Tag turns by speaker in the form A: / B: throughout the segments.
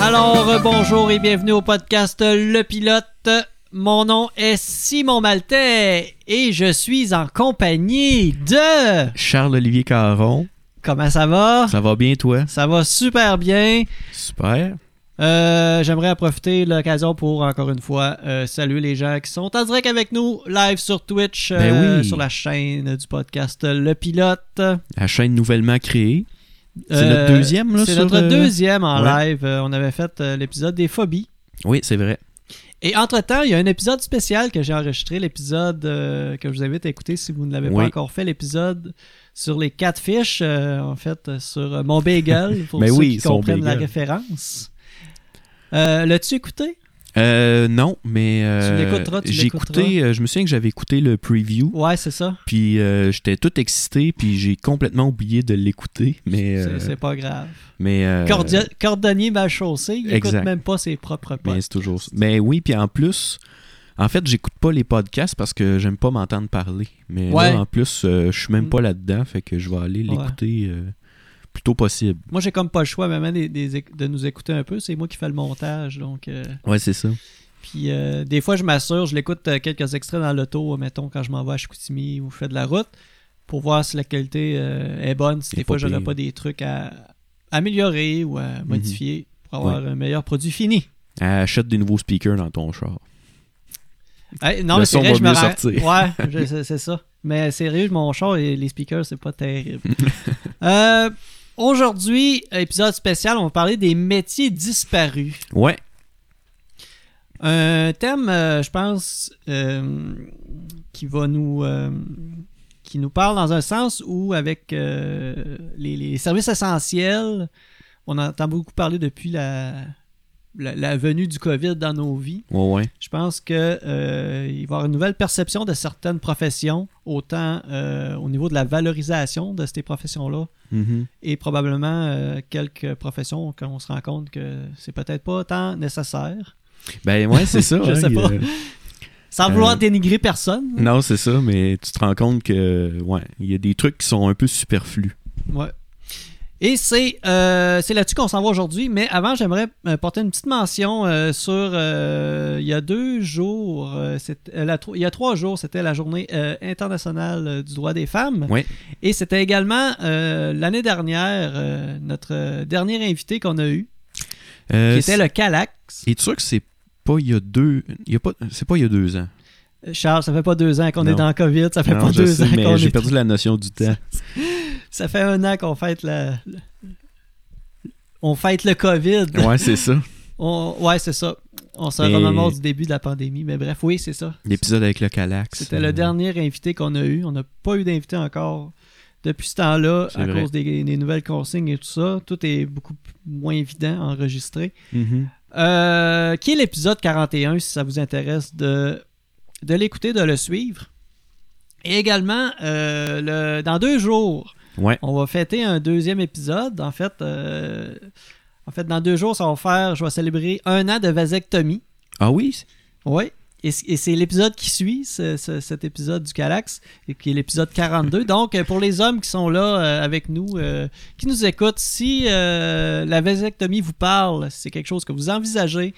A: Alors, euh, bonjour et bienvenue au podcast Le Pilote. Mon nom est Simon Maltais et je suis en compagnie de...
B: Charles-Olivier Caron,
A: Comment ça va?
B: ça va bien toi?
A: Ça va super bien.
B: Super.
A: Euh, J'aimerais en profiter de l'occasion pour, encore une fois, euh, saluer les gens qui sont en direct avec nous, live sur Twitch,
B: Ben
A: euh,
B: oui.
A: sur la chaîne du podcast Le Pilote.
B: La chaîne nouvellement créée. C'est
A: Euh,
B: notre deuxième, là,
A: C'est
B: sur,
A: notre
B: euh,
A: deuxième en
B: ouais.
A: live. Euh, on avait fait euh, l'épisode des phobies.
B: Oui, c'est vrai.
A: Et entre-temps, il y a un épisode spécial que j'ai enregistré, l'épisode euh, que je vous invite à écouter si vous ne l'avez pas
B: Oui.
A: encore fait, l'épisode sur les quatre fiches, euh, en fait, euh, sur euh, mon bagel, pour
B: Ben
A: ceux
B: oui,
A: qui
B: son
A: comprennent la
B: bagel.
A: référence. Euh, L'as-tu écouté?
B: Euh, non, mais euh,
A: Tu l'écouteras, tu
B: j'ai
A: l'écouteras.
B: écouté, euh, je me souviens que j'avais écouté le preview,
A: Ouais, c'est ça.
B: puis euh, j'étais tout excité, puis j'ai complètement oublié de l'écouter, mais
A: C'est-
B: euh,
A: C'est pas grave.
B: mais euh,
A: Cordia- Cordonnier mal chaussé, il écoute
B: exact.
A: même pas ses propres potes.
B: mais c'est toujours ça. Mais oui, puis en plus, en fait, j'écoute pas les podcasts parce que j'aime pas m'entendre parler, mais là,
A: Ouais.
B: en plus, euh, je suis même
A: Mm.
B: pas là-dedans, fait que je vais aller
A: Ouais.
B: l'écouter euh, plus tôt possible.
A: Moi, j'ai comme pas le choix, même des- des éc- de nous écouter un peu. C'est moi qui fais le montage, donc... euh,
B: Ouais, c'est ça.
A: Puis euh, des fois, je m'assure, je l'écoute euh, quelques extraits dans l'auto, euh, mettons quand je m'en vais à Chicoutimi ou je fais de la route, pour voir si la qualité euh, est bonne, si
B: Elle
A: des
B: est
A: fois
B: pas
A: j'aurais
B: pire. Mhm.
A: pas des trucs à améliorer ou à modifier pour avoir un meilleur produit fini.
B: Achète des nouveaux speakers dans ton char.
A: Hey, non,
B: Le
A: mais c'est
B: son
A: vrai,
B: va
A: je me
B: mieux
A: rends-
B: sortir.
A: Ouais, je- c'est- c'est ça. Mais sérieux, mon char et les speakers, c'est pas terrible. Euh, Aujourd'hui, épisode spécial, on va parler des métiers disparus.
B: Ouais,
A: Un thème, euh, je pense, euh, qui va nous. euh, qui nous parle dans un sens où, avec euh, les, les services essentiels, on entend beaucoup parler depuis la, la, la venue du COVID dans nos vies.
B: ouais, ouais.
A: Je pense qu'il va y avoir une nouvelle perception de certaines professions, autant euh, au niveau de la valorisation de ces professions-là,
B: Mhm.
A: et probablement euh, quelques professions qu'on se rend compte que c'est peut-être pas tant nécessaire.
B: Ben ouais, c'est ça.
A: Je
B: hein,
A: sais
B: il y
A: pas.
B: a-
A: Sans
B: Euh,
A: vouloir dénigrer personne.
B: Non, c'est ça, mais tu te rends compte que, ouais, il y a des trucs qui sont un peu superflus.
A: Ouais. Et c'est euh, c'est là-dessus qu'on s'en va aujourd'hui, mais avant, j'aimerais euh, porter une petite mention euh, sur euh, il y a deux jours, euh, c'est- euh, la tro- il y a trois jours, c'était la journée euh, internationale euh, du droit des femmes.
B: Ouais.
A: Et c'était également euh, l'année dernière, euh, notre euh, dernier invité qu'on a eu,
B: Euh,
A: qui était le Calax.
B: c'est- Es-tu sûr que c'est pas il y a deux. Il y a pas... C'est pas il y a deux ans.
A: Euh, Charles, ça fait pas deux ans qu'on est
B: Non.
A: dans le COVID, ça fait
B: Non,
A: pas
B: je
A: deux
B: sais,
A: ans qu'on
B: mais j'ai
A: est
B: perdu la notion du temps.
A: Ça fait un an qu'on fête la. le- On fête le COVID.
B: Ouais, c'est ça.
A: On- ouais, c'est ça. On se
B: Mais-
A: remémore du début de la pandémie. Mais bref, oui, c'est ça.
B: L'épisode avec le Calax.
A: C'était
B: euh,
A: le dernier invité qu'on a eu. On n'a pas eu d'invité encore depuis ce temps-là
B: C'est
A: à
B: vrai.
A: cause des, des nouvelles consignes et tout ça. Tout est beaucoup p- moins évident à enregistrer.
B: mhm.
A: Euh, qui est l'épisode 41, si ça vous intéresse de, de l'écouter, de le suivre. Et également, euh, le- dans deux jours,
B: Ouais.
A: on va fêter un deuxième épisode. En fait, euh, en fait, dans deux jours, ça va faire. Je vais célébrer un an de vasectomie.
B: Ah oui? c'est-
A: Oui. Et, c- et c'est l'épisode qui suit, ce- ce- cet épisode du Calax, et qui est l'épisode 42. Donc, euh, pour les hommes qui sont là euh, avec nous, euh, qui nous écoutent, si euh, la vasectomie vous parle, si c'est quelque chose que vous envisagez,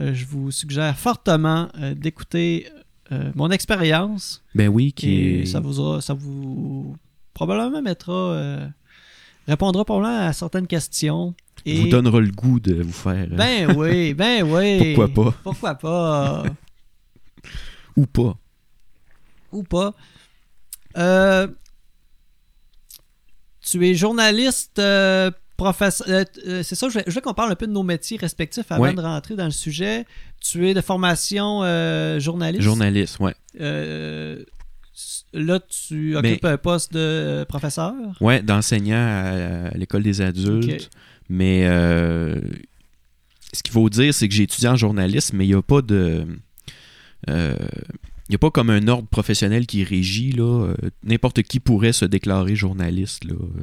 A: euh, je vous suggère fortement euh, d'écouter euh, mon expérience
B: Ben oui, qui
A: et
B: est.
A: ça vous aura- ça vous probablement mettra euh, répondra probablement à certaines questions et
B: vous donnera le goût de vous faire. euh,
A: ben oui ben oui
B: Pourquoi pas?
A: pourquoi pas
B: Ou pas.
A: ou pas Euh, tu es journaliste euh, professeur euh, t- euh, c'est ça je veux, je veux qu'on parle un peu de nos métiers respectifs avant
B: Ouais.
A: de rentrer dans le sujet tu es de formation euh, journaliste
B: Journaliste, ouais.
A: Euh, s- là tu
B: Mais-
A: occupes un poste de euh, professeur
B: Ouais, d'enseignant à, à l'école des adultes.
A: Ok.
B: Mais euh, ce qu'il faut dire, c'est que j'ai étudié en journalisme, mais il n'y a pas de. euh, il n'y a pas comme un ordre professionnel qui régit. là. Euh, N'importe qui pourrait se déclarer journaliste. Là. Euh,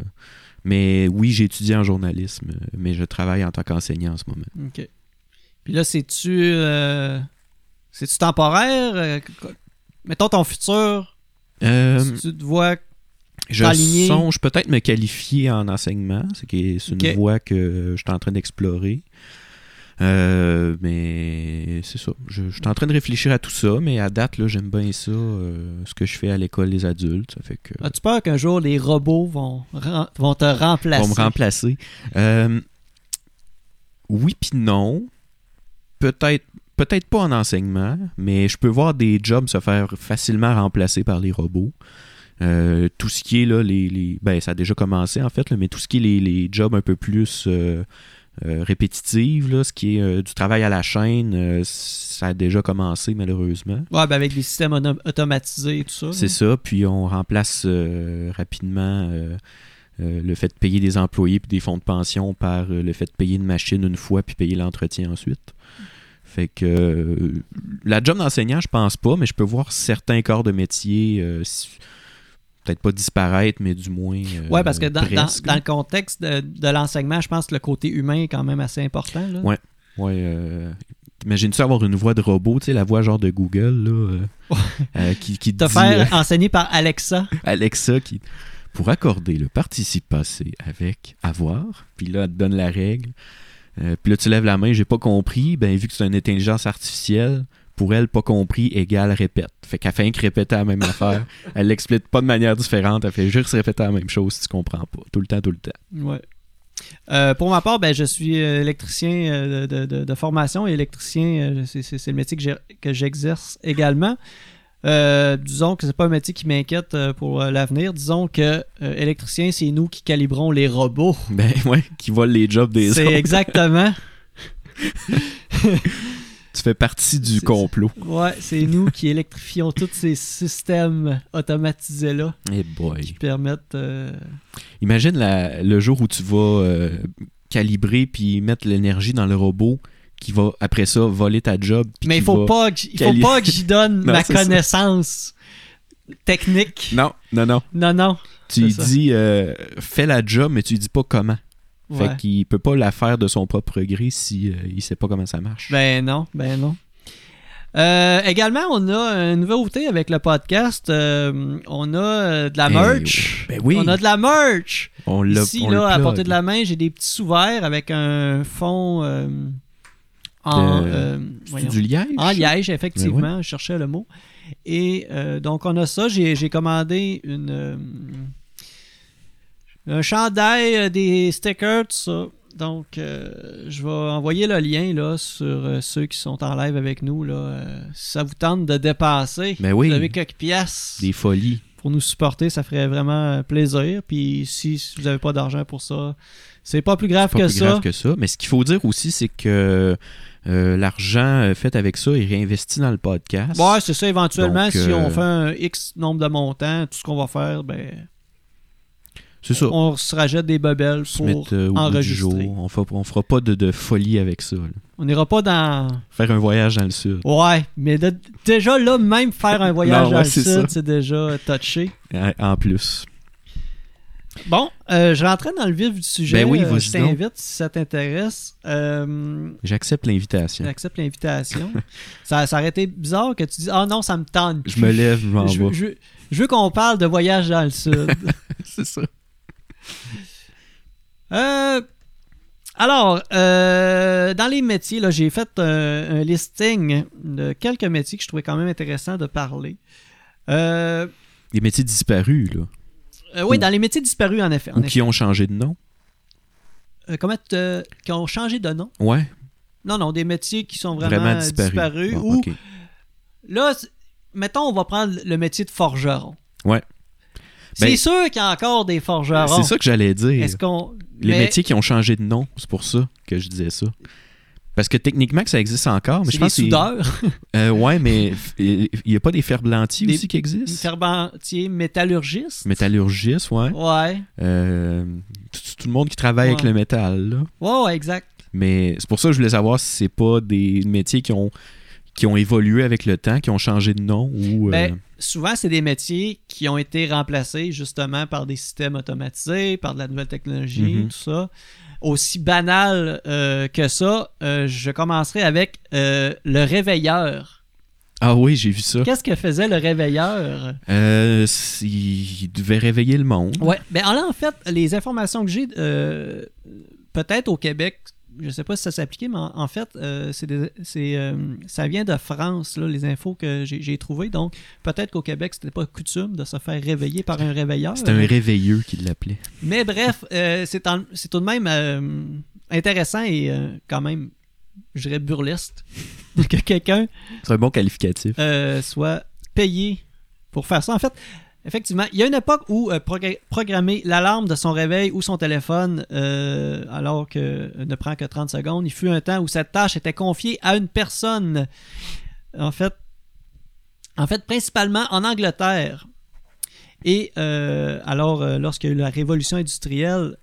B: Mais oui, j'ai étudié en journalisme, euh, mais je travaille en tant qu'enseignant en ce moment.
A: OK. Puis là, c'est-tu. euh, c'est-tu temporaire? Euh, qu- mettons ton futur.
B: Euh,
A: si tu te vois.
B: je
A: t'aligner.
B: songe peut-être me qualifier en enseignement, c'est qui est- c'est une
A: Ok.
B: voie que je suis en train d'explorer. Euh, mais c'est ça. Je, je suis en train de réfléchir à tout ça, mais à date, là, j'aime bien ça, euh, ce que je fais à l'école des adultes. Ça fait que,
A: As-tu peur qu'un jour les robots vont, ren- vont te remplacer?
B: vont me remplacer. Euh, oui puis non. Peut-être peut-être pas en enseignement, mais je peux voir des jobs se faire facilement remplacer par les robots. Euh, tout ce qui est là, les, les- ben ça a déjà commencé en fait, là, mais tout ce qui est les, les jobs un peu plus euh, euh, répétitifs, là, ce qui est euh, du travail à la chaîne, euh, ça a déjà commencé malheureusement.
A: Ouais, ben avec des systèmes ono- automatisés et tout ça.
B: C'est
A: là.
B: ça, puis on remplace euh, rapidement euh, euh, le fait de payer des employés puis des fonds de pension par euh, le fait de payer une machine une fois puis payer l'entretien ensuite. Fait que euh, la job d'enseignant, je pense pas, mais je peux voir certains corps de métier euh, si- peut-être pas disparaître, mais du moins. euh,
A: Ouais, parce que dans, dans-
B: presque.
A: dans le contexte de, de l'enseignement, je pense que le côté humain est quand même assez important. Là.
B: Ouais. Ouais, euh, T'imagines-tu avoir une voix de robot, tu sais, la voix genre de Google, là, euh, euh, qui, qui
A: Te
B: dit, euh,
A: faire enseigner par Alexa.
B: Alexa qui. Pour accorder le participe passé avec avoir, puis là, elle te donne la règle. Euh, puis là, tu lèves la main, j'ai pas compris. Ben, vu que c'est une intelligence artificielle, pour elle, pas compris égale répète. Fait qu'elle fait que répéter la même affaire. Elle l'explique pas de manière différente. Elle fait juste répéter la même chose si tu comprends pas. Tout le temps, tout le temps.
A: Ouais. Euh, pour ma part, ben, je suis euh, électricien euh, de, de- de formation et électricien, euh, c'est- c'est c'est le métier que j'ai- que j'exerce également. Euh, disons que c'est pas un métier qui m'inquiète euh, pour euh, l'avenir. Disons que euh, électricien, c'est nous qui calibrons les robots.
B: Ben ouais, qui vole les jobs des
A: C'est
B: autres.
A: exactement.
B: Tu fais partie du
A: C'est-
B: complot.
A: Ouais, c'est nous qui électrifions tous ces systèmes automatisés là
B: Eh
A: qui
B: boy.
A: permettent. euh,
B: Imagine la- le jour où tu vas euh, calibrer puis mettre l'énergie dans le robot qui va après ça voler ta job. puis
A: Mais il
B: qui
A: faut
B: va-
A: pas que j- il
B: cali-
A: faut pas que j'y donne
B: Non,
A: ma
B: c'est ça.
A: connaissance technique.
B: Non, non, non.
A: Non, non.
B: Tu
A: C'est
B: lui
A: ça.
B: dis euh, fais la job, mais tu lui dis pas comment.
A: Ouais.
B: Fait qu'il peut pas la faire de son propre gré si euh, il sait pas comment ça marche.
A: Ben non, ben non. Euh, également, on a une nouveauté avec le podcast. Euh, on a euh, de la
B: Eh,
A: merch.
B: ben oui.
A: On a de la merch.
B: On l'a
A: Ici,
B: on le
A: là, à
B: plug.
A: portée de la main, j'ai des petits sous-verts avec un fond euh, en,
B: De-
A: euh,
B: C'est-tu
A: voyons.
B: du liège.
A: en liège, effectivement.
B: Ben
A: Je cherchais le mot. Et euh, donc, on a ça. J'ai j'ai commandé une, euh, un chandail, euh, des stickers, tout ça. Donc, euh, je vais envoyer le lien là, sur euh, ceux qui sont en live avec nous. Là, Euh, si ça vous tente de dépasser,
B: Ben oui.
A: vous avez quelques pièces
B: Des folies.
A: pour nous supporter, ça ferait vraiment euh, plaisir. Puis si vous n'avez pas d'argent pour ça, c'est pas plus grave
B: Pas
A: que
B: plus
A: ça.
B: grave que ça. Mais ce qu'il faut dire aussi, c'est que euh, l'argent euh, fait avec ça est réinvesti dans le podcast.
A: Ouais, c'est ça, éventuellement,
B: Donc,
A: si
B: euh,
A: on fait un X nombre de montants, tout ce qu'on va faire, ben,
B: c'est ça.
A: on se rajoute des bebelles
B: se
A: pour
B: mettre euh, au bout du jour.
A: enregistrer.
B: On fa- on fera pas de, de folie avec ça. là.
A: On n'ira pas dans...
B: Faire un voyage dans le sud.
A: Ouais, mais de- déjà là, même faire un voyage
B: Non,
A: dans
B: ouais,
A: le
B: c'est ça.
A: sud, c'est déjà touché.
B: Ouais, hein, En plus.
A: Bon, euh, je rentrais dans le vif du sujet.
B: Ben oui,
A: Euh,
B: vas-y
A: je
B: donc.
A: t'invite si ça t'intéresse. Euh,
B: J'accepte l'invitation.
A: J'accepte l'invitation. ça, ça aurait été bizarre que tu dises Ah non, ça me tente.
B: Je me lève, je m'en
A: Je, veux-
B: vais.
A: je veux- je veux qu'on parle de voyage dans le sud.
B: C'est ça.
A: Euh, alors, euh, dans les métiers, là, j'ai fait euh, un listing de quelques métiers que je trouvais quand même intéressant de parler. Euh,
B: Des métiers disparus, là.
A: euh, oui,
B: Ou-
A: dans les métiers disparus, en effet. en
B: Ou
A: effet.
B: qui ont changé de nom.
A: Euh, comment tu- euh, qui ont changé de nom.
B: Ouais,
A: Non, non, des métiers qui sont vraiment,
B: vraiment, disparus.
A: disparus.
B: Bon,
A: ou,
B: ok.
A: là, c- mettons, on va prendre le métier de forgeron.
B: Ouais.
A: C'est
B: Ben-
A: sûr qu'il y a encore des forgerons.
B: C'est ça que j'allais dire.
A: Est-ce qu'on.
B: Les
A: mais-
B: métiers qui ont changé de nom, c'est pour ça que je disais ça. Parce que techniquement que ça existe encore, mais
A: c'est
B: je pense
A: des
B: que-
A: soudeurs,
B: Euh, ouais, mais f- il n'y a pas des ferblantiers
A: Des-
B: aussi qui existent.
A: des ferbentiers, métallurgistes.
B: Métallurgistes, ouais.
A: Ouais.
B: Euh, tout, tout le monde qui travaille avec
A: Oh. Ouais.
B: le métal, là.
A: Ouais, ouais, exact.
B: Mais c'est pour ça que je voulais savoir si c'est pas des métiers qui ont qui ont évolué avec le temps, qui ont changé de nom ou euh,
A: Ben, souvent, c'est des métiers qui ont été remplacés justement par des systèmes automatisés, par de la nouvelle technologie,
B: Mhm.
A: tout ça. Aussi banal euh, que ça, euh, je commencerai avec euh, le réveilleur.
B: ah oui j'ai vu ça.
A: Qu'est-ce que faisait le réveilleur?
B: Euh, c'est- il devait réveiller le monde.
A: Ouais, ben alors, en fait, les informations que j'ai, euh, peut-être au Québec, je sais pas si ça s'appliquait, mais en, en fait, euh, c'est des- c'est, euh, ça vient de France, là, les infos que j'ai j'ai trouvées. Donc, peut-être qu'au Québec, c'était pas coutume de se faire réveiller par un réveilleur.
B: C'est un réveilleux qui l'appelait.
A: Mais bref, euh, c'est en- c'est tout de même euh, intéressant et euh, quand même, je dirais burlesque que quelqu'un
B: C'est un bon qualificatif.
A: euh, soit payé pour faire ça. En fait, effectivement, il y a une époque où euh, progr- programmer l'alarme de son réveil ou son téléphone euh, alors que ne prend que 30 secondes, il fut un temps où cette tâche était confiée à une personne. En fait, en fait principalement en Angleterre. Et euh, alors, euh, lorsqu'il y a eu la révolution industrielle,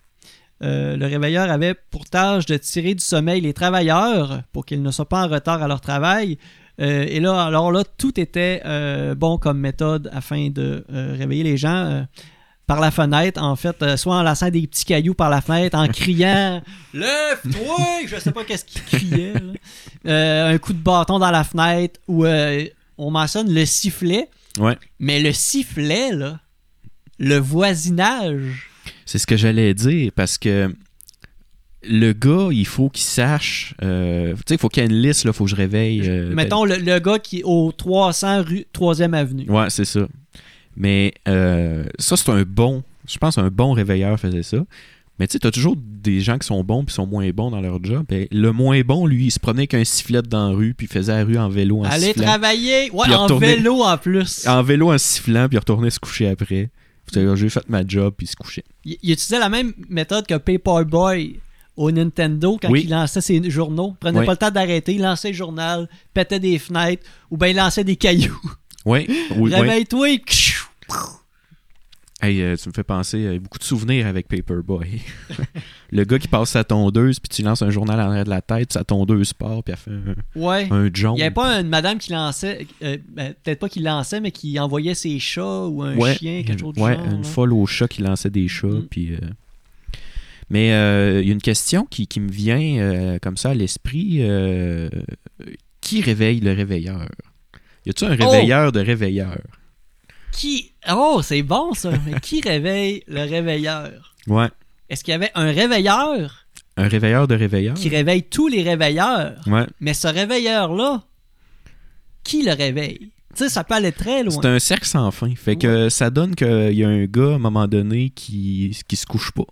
A: euh, le réveilleur avait pour tâche de tirer du sommeil les travailleurs pour qu'ils ne soient pas en retard à leur travail. Euh, et là, alors là, tout était euh, bon comme méthode afin de euh, réveiller les gens euh, par la fenêtre, en fait, euh, soit en lançant des petits cailloux par la fenêtre, en criant Lève-toi Je sais pas qu'est-ce qu'il criait. là. Euh, un coup de bâton dans la fenêtre, ou euh, on mentionne le sifflet,
B: Ouais.
A: mais le sifflet, là, le voisinage.
B: C'est ce que j'allais dire parce que le gars, il faut qu'il sache. euh, tu sais, il faut qu'il y ait une liste, il faut que je réveille. euh,
A: Mettons le, le gars qui est au 300 rue 3e avenue.
B: Ouais, c'est ça. Mais euh, ça, c'est un bon. Je pense un bon réveilleur faisait ça. Mais tu sais, t'as toujours des gens qui sont bons puis sont moins bons dans leur job. Et le moins bon, lui, il se promenait qu'un sifflet dans la rue puis il faisait la rue en vélo en
A: Aller
B: sifflant.
A: travailler, ouais,
B: Puis
A: en
B: retourner.
A: vélo en plus.
B: En vélo en sifflant puis il retournait se coucher après. Puis euh, j'ai fait ma job puis il se couchait.
A: Il, il utilisait la même méthode que Paperboy au Nintendo quand
B: Oui.
A: il lançait ses journaux. Il prenait
B: Oui.
A: pas le temps d'arrêter, il lançait le journal, pétait des fenêtres ou bien il lançait des cailloux.
B: Ouais, oui, oui.
A: Réveille-toi! Kshou!
B: Hey, euh, tu me fais penser à beaucoup de souvenirs avec Paperboy. le gars qui passe sa tondeuse, puis tu lances un journal en arrière de la tête, sa tondeuse part, puis elle fait un,
A: Ouais.
B: un jump.
A: Il n'y avait pas une madame qui lançait, euh, ben, peut-être pas qui lançait, mais qui envoyait ses chats ou un
B: Ouais,
A: chien, quelque chose du
B: ouais,
A: genre.
B: une
A: là.
B: folle au chat qui lançait des chats,
A: Mm.
B: puis... euh, Mais euh, il y a une question qui, qui me vient euh, comme ça à l'esprit. euh, Qui réveille le réveilleur? Y a-tu un
A: Oh!
B: réveilleur de réveilleur?
A: Qui. Oh, c'est bon ça! Mais qui réveille le réveilleur?
B: Ouais.
A: Est-ce qu'il y avait un réveilleur
B: Un réveilleur de réveilleur?
A: qui réveille tous les réveilleurs?
B: Ouais.
A: Mais ce réveilleur-là, qui le réveille? Tu sais, ça peut aller très loin.
B: C'est un cercle sans fin. Fait que ça donne qu'il y a un gars à un moment donné qui, qui se couche pas.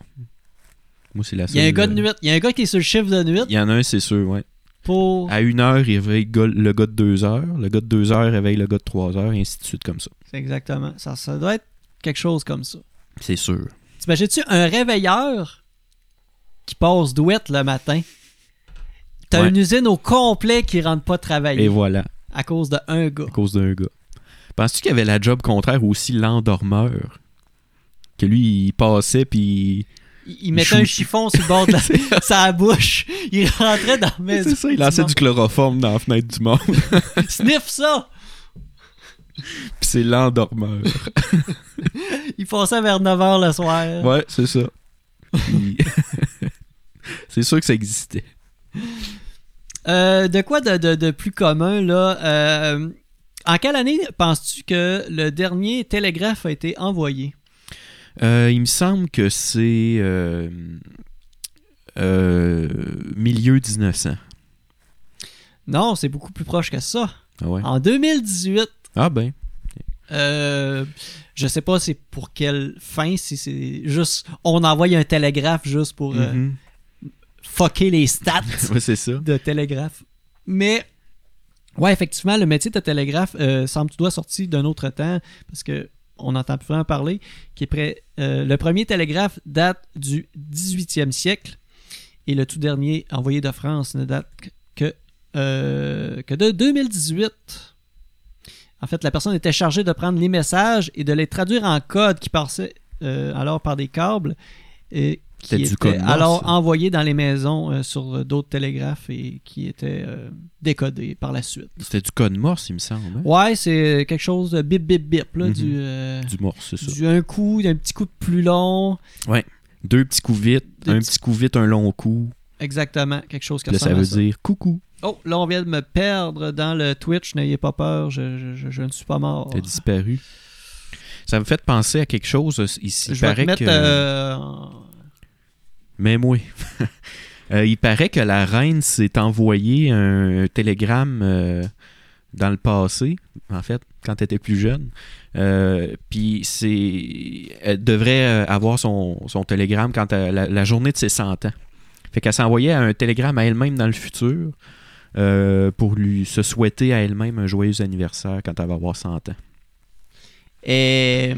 B: Moi, c'est la
A: Il y a un
B: seule-
A: gars de nuit, il y a un gars qui est sur le chiffre de nuit
B: Il Ah. y en a un, c'est sûr, ouais.
A: pour.
B: À une heure, il réveille le gars- le gars de deux heures. Le gars de deux heures réveille le gars de trois heures, et ainsi de suite, comme ça.
A: C'est exactement. Ça, ça doit être quelque chose comme ça.
B: C'est sûr.
A: T'imagines-tu un réveilleur qui passe douette le matin? T'as
B: Ouais.
A: une usine au complet qui rentre pas
B: Et
A: travailler
B: voilà,
A: à cause de un gars.
B: à cause d'un gars. Penses-tu qu'il y avait la job contraire aussi, l'endormeur? Que lui, il passait, puis...
A: Il, il mettait un
B: shoot.
A: chiffon sur le bord de la, sa bouche. Il rentrait dans la maison.
B: C'est ça, il lançait du chloroforme dans la fenêtre du monde, puis
A: Sniff ça!
B: c'est l'endormeur.
A: Il passait vers 9h le soir.
B: Ouais, c'est ça. Puis- c'est sûr que ça existait.
A: Euh, de quoi de, de- de plus commun, là? euh, en quelle année penses-tu que le dernier télégraphe a été envoyé?
B: Euh, il me semble que c'est euh, euh, milieu 1900.
A: Non, c'est beaucoup plus proche que ça.
B: Ah, ouais.
A: En 2018,
B: ah ben,
A: euh, je sais pas c'est pour quelle fin, si c'est juste on envoie un télégraphe juste pour euh,
B: mhm.
A: fucker les stats
B: Ouais, c'est ça.
A: de télégraphe. Mais, ouais, effectivement, le métier de télégraphe euh, semble tout doit sorti d'un autre temps parce que on entend plus en parler, qui est près. euh, le premier télégraphe date du 18e siècle et le tout dernier envoyé de France ne date que, euh, que de 2018. En fait, la personne était chargée de prendre les messages et de les traduire en code qui passait euh, alors par des câbles et qui
B: C'était du
A: était
B: code Morse,
A: alors
B: ça.
A: envoyé dans les maisons euh, sur euh, d'autres télégraphes et qui était décodé par la suite.
B: C'était du code morse, il me semble. hein?
A: Ouais, c'est quelque chose de bip bip bip là,
B: Mhm.
A: du, euh,
B: Du morse, c'est ça.
A: du un coup, un petit coup de plus long,
B: Deux petits coups vite,
A: Deux
B: un
A: petits-
B: petit coup vite, un long coup.
A: exactement, quelque chose
B: Puis
A: comme
B: Là,
A: ça.
B: ça veut dire coucou.
A: Oh, là on vient de me perdre dans le Twitch, n'ayez pas peur, je, je- je- je ne suis pas mort.
B: T'as disparu. Ça me fait penser à quelque chose euh, ici.
A: Je vais te
B: paraît
A: mettre
B: que-
A: euh, en-
B: Mais moi. Euh, il paraît que la reine s'est envoyée un télégramme euh, dans le passé, en fait, quand elle était plus jeune. Euh, Puis c'est, elle devrait euh, avoir son, son télégramme quand elle- la, la journée de ses 100 ans. Fait qu'elle s'envoyait un télégramme à elle-même dans le futur euh, pour lui se souhaiter à elle-même un joyeux anniversaire quand elle va avoir 100 ans.
A: Et,